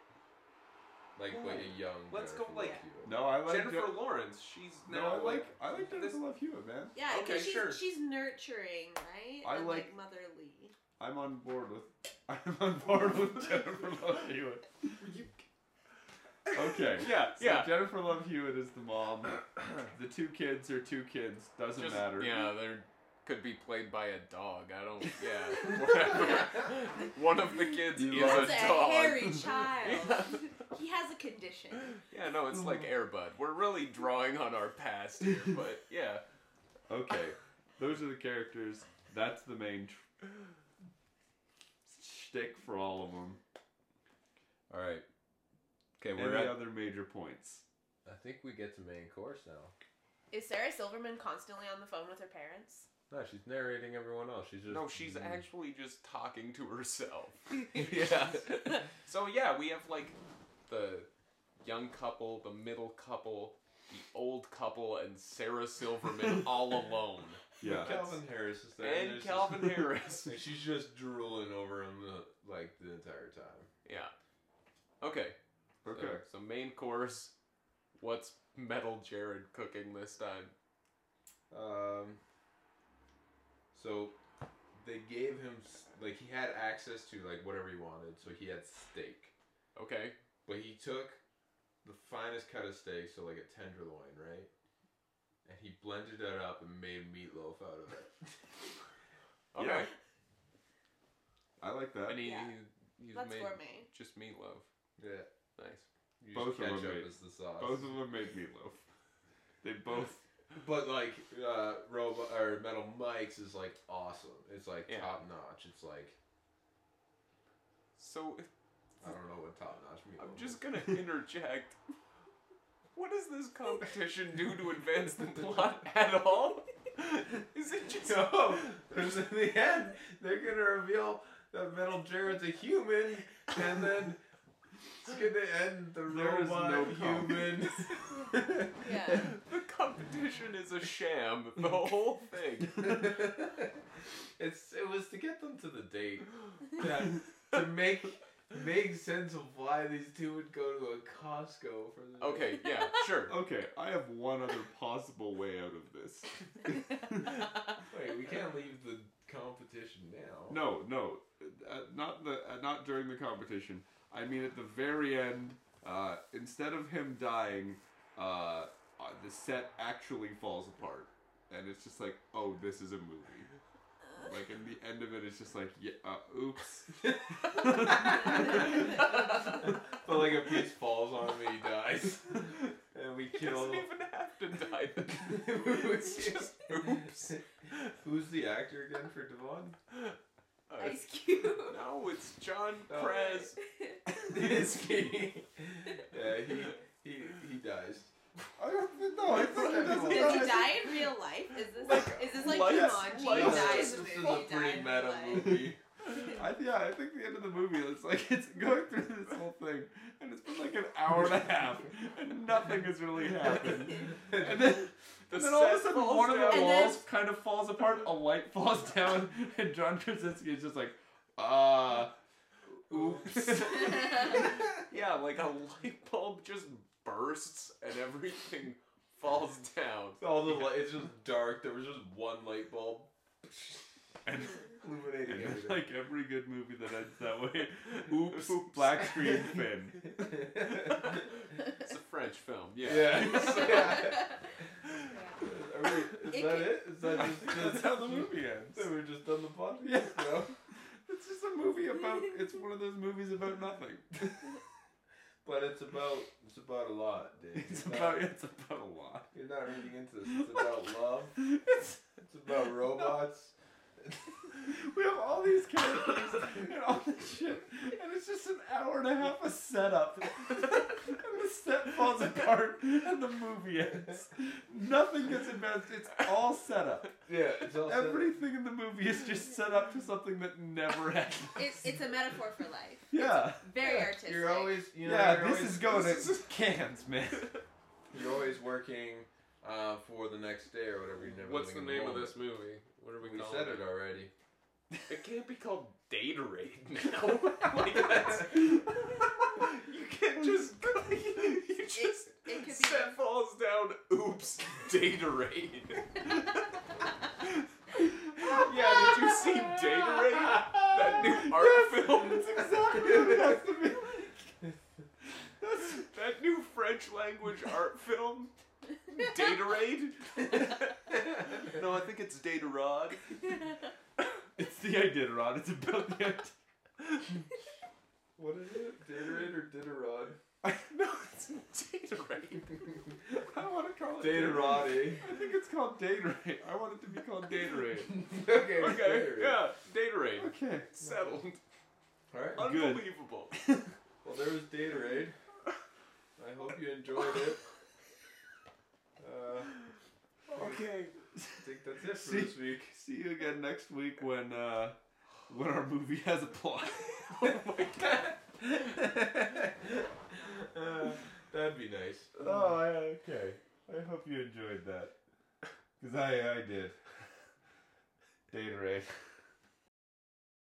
E: like but a young.
B: Let's go,
E: Jennifer
B: like,
E: Love Hewitt.
D: No, I like.
B: Jennifer
D: Jo-
B: Lawrence. She's
D: no,
B: now
D: I like. I like Jennifer
B: this-
D: Love Hewitt, man.
F: Yeah,
B: Okay,
F: because she's,
B: sure.
F: she's nurturing, right?
D: I
F: and
D: like-
F: like, motherly.
D: I'm on board with. I'm on board with Jennifer Love Hewitt. Okay.
B: Yeah.
D: So
B: Yeah.
D: Jennifer Love Hewitt is the mom. The two kids are two kids. Doesn't
B: Just-
D: matter.
B: Yeah, they could be played by a dog. I don't. Yeah, whatever. One of the kids
D: You
B: is
F: That's
B: a
F: a
B: dog.
F: hairy child.
B: Yeah.
F: He has a condition.
B: yeah, no, it's
D: Mm.
B: like Airbud. We're really drawing on our past here, but yeah,
D: Okay. Those are the characters. That's the main tr- shtick for all of them.
E: All right. Okay,
D: Any
E: we're at.
D: other major points?
E: I think we get to main course now.
F: Is Sarah Silverman constantly on the phone with her parents?
E: No, she's narrating everyone else. She's just
B: no, she's
E: Mm.
B: actually just talking to herself. yeah. So yeah, we have like the young couple, the middle couple, the old couple, and Sarah Silverman all alone,
D: Yeah.
E: Calvin Harris is there,
B: and
E: there's
B: Calvin
E: just-
B: Harris.
E: And she's just drooling over him the, like the entire time.
B: Yeah. Okay.
D: Okay.
B: So, so main course. What's Metal Jared cooking this time?
E: Um. So, they gave him s- like he had access to like whatever he wanted, so he had steak.
B: Okay.
E: But he took the finest cut of steak, so like a tenderloin, right? And he blended it up and made meatloaf out of it.
B: Okay.
D: Yeah. I like that.
B: And he,
F: Yeah.
B: he, he's
F: That's
B: made
F: gourmet.
B: just meatloaf.
E: Yeah.
B: Nice.
E: Used
D: Both of 'em
E: ketchup
D: made-
E: as the sauce.
D: Both of them made meatloaf. They both.
E: But like uh robot or Metal Mike's is like awesome. It's like
B: Yeah.
E: top notch. It's like
B: So
E: I don't know what top notch means.
B: I'm just gonna interject. What does this competition do to advance the plot at all? Is it just
E: no. Because in the end, they're gonna reveal that Metal Jared's a human, and then it's gonna end the
D: There is
E: robot
D: no
E: human.
F: Yeah.
B: the competition is a sham? The whole thing.
E: it's it was to get them to the date that to make make sense of why these two would go to a Costco for the
B: Okay. Yeah. Sure.
D: Okay, I have one other possible way out of this.
E: Wait, we can't leave the competition now.
D: No, no, uh, not the uh, not during the competition. I mean, at the very end, uh, instead of him dying, uh, uh, the set actually falls apart, and it's just like, oh, this is a movie. Like, in the end of it, it's just like, yeah, uh, oops.
E: But like a piece falls on him and he dies. And we
B: He
E: kill
B: doesn't even have to die.
E: it's
B: just oops.
E: Who's the actor again for Devon?
B: Uh,
F: Ice Cube.
B: no, it's John
E: Oh.
B: Prez.
E: It's kidding. Yeah, he he he dies.
D: I don't, no, I think it doesn't
F: Does he
D: matter.
F: die in real life? Is this like, is this like
B: Lights-
F: Jumanji?
B: lights-
F: He dies
E: this
F: in the
E: is
F: movie,
E: a
F: he died
E: pretty
F: in
E: meta
F: real life.
E: movie.
D: I, yeah, I think the end of the movie is like it's going through this whole thing, and it's been like an hour and a half, and nothing has really happened. And then,
B: The
D: and then all of a
B: set
D: sudden,
B: falls
D: one of
B: down.
D: the
F: And
D: walls kind of falls apart, a light falls down, and John Krasinski is just like, ah,
B: oops.
C: Oops.
B: yeah, like a light bulb just bursts and everything falls down.
E: All the light, it's just dark. There was just one light bulb
D: And,
E: illuminating
D: and
E: everything.
D: like every good movie that ends that way. Oops, black screen fin.
B: It's a French film. Yeah.
E: Yeah. Are we, is
F: It
E: that
F: could-
E: it? Is that just,
D: That's
E: just
D: how the movie ends.
E: Then we're just done the podcast,
D: Yeah.
E: bro.
D: It's just a movie about. It's one of those movies about nothing.
E: But it's about it's about a lot, dude.
D: It's
E: You're
D: about.
E: not,
D: It's about a lot.
E: you're not reading into this. It's about love.
D: It's,
E: It's about robots.
D: we have all these characters and all this shit, and it's just an hour and a half of setup. and the set falls apart, and the movie ends. Nothing gets advanced. It's all setup.
E: Yeah, it's all set-
D: Everything in the movie is just set up to something that never happens.
F: It's, it's a metaphor for life.
D: yeah.
F: Very
E: yeah,
F: artistic.
E: You're always, you know,
D: yeah,
E: you're
D: this
E: always,
D: is going
E: this
D: to cans, man.
E: is- you're always working uh, for the next day or whatever. You're never
B: What's the
E: living in
B: name of
E: moment.
B: this movie? What are we,
E: We
B: calling
E: said it already. Oh
B: It can't be called Date Raid now. like that's you can't just you just
F: it could be-
B: set falls down. Oops, Date Raid. yeah, did you see Date Raid? That new art
D: Yes,
B: film.
D: That's exactly what it has to be like. That's
B: That new French language art film. Data Raid? no, I think it's Data Rod.
D: It's the Iditarod. It's about the Iditarod.
E: What is it? Daterade or Diderot?
B: no, it's Data Raid.
D: I want to call it
E: Daterati.
D: I think it's called Daterade. I want it to be called Daterade.
E: okay, it's
B: Okay,
E: Daterade.
B: yeah, Data Raid.
D: Okay.
B: Settled.
E: All right.
D: Good.
B: Unbelievable.
E: Well, there was Daterade. I hope you enjoyed it. Uh,
B: Okay.
E: I think that's it for
D: See-
E: this week.
D: See you again next week when uh, when our movie has a plot.
B: Oh my god.
E: Uh, that'd be nice.
D: oh, yeah, okay. I hope you enjoyed that. Because I, I did. Daterade.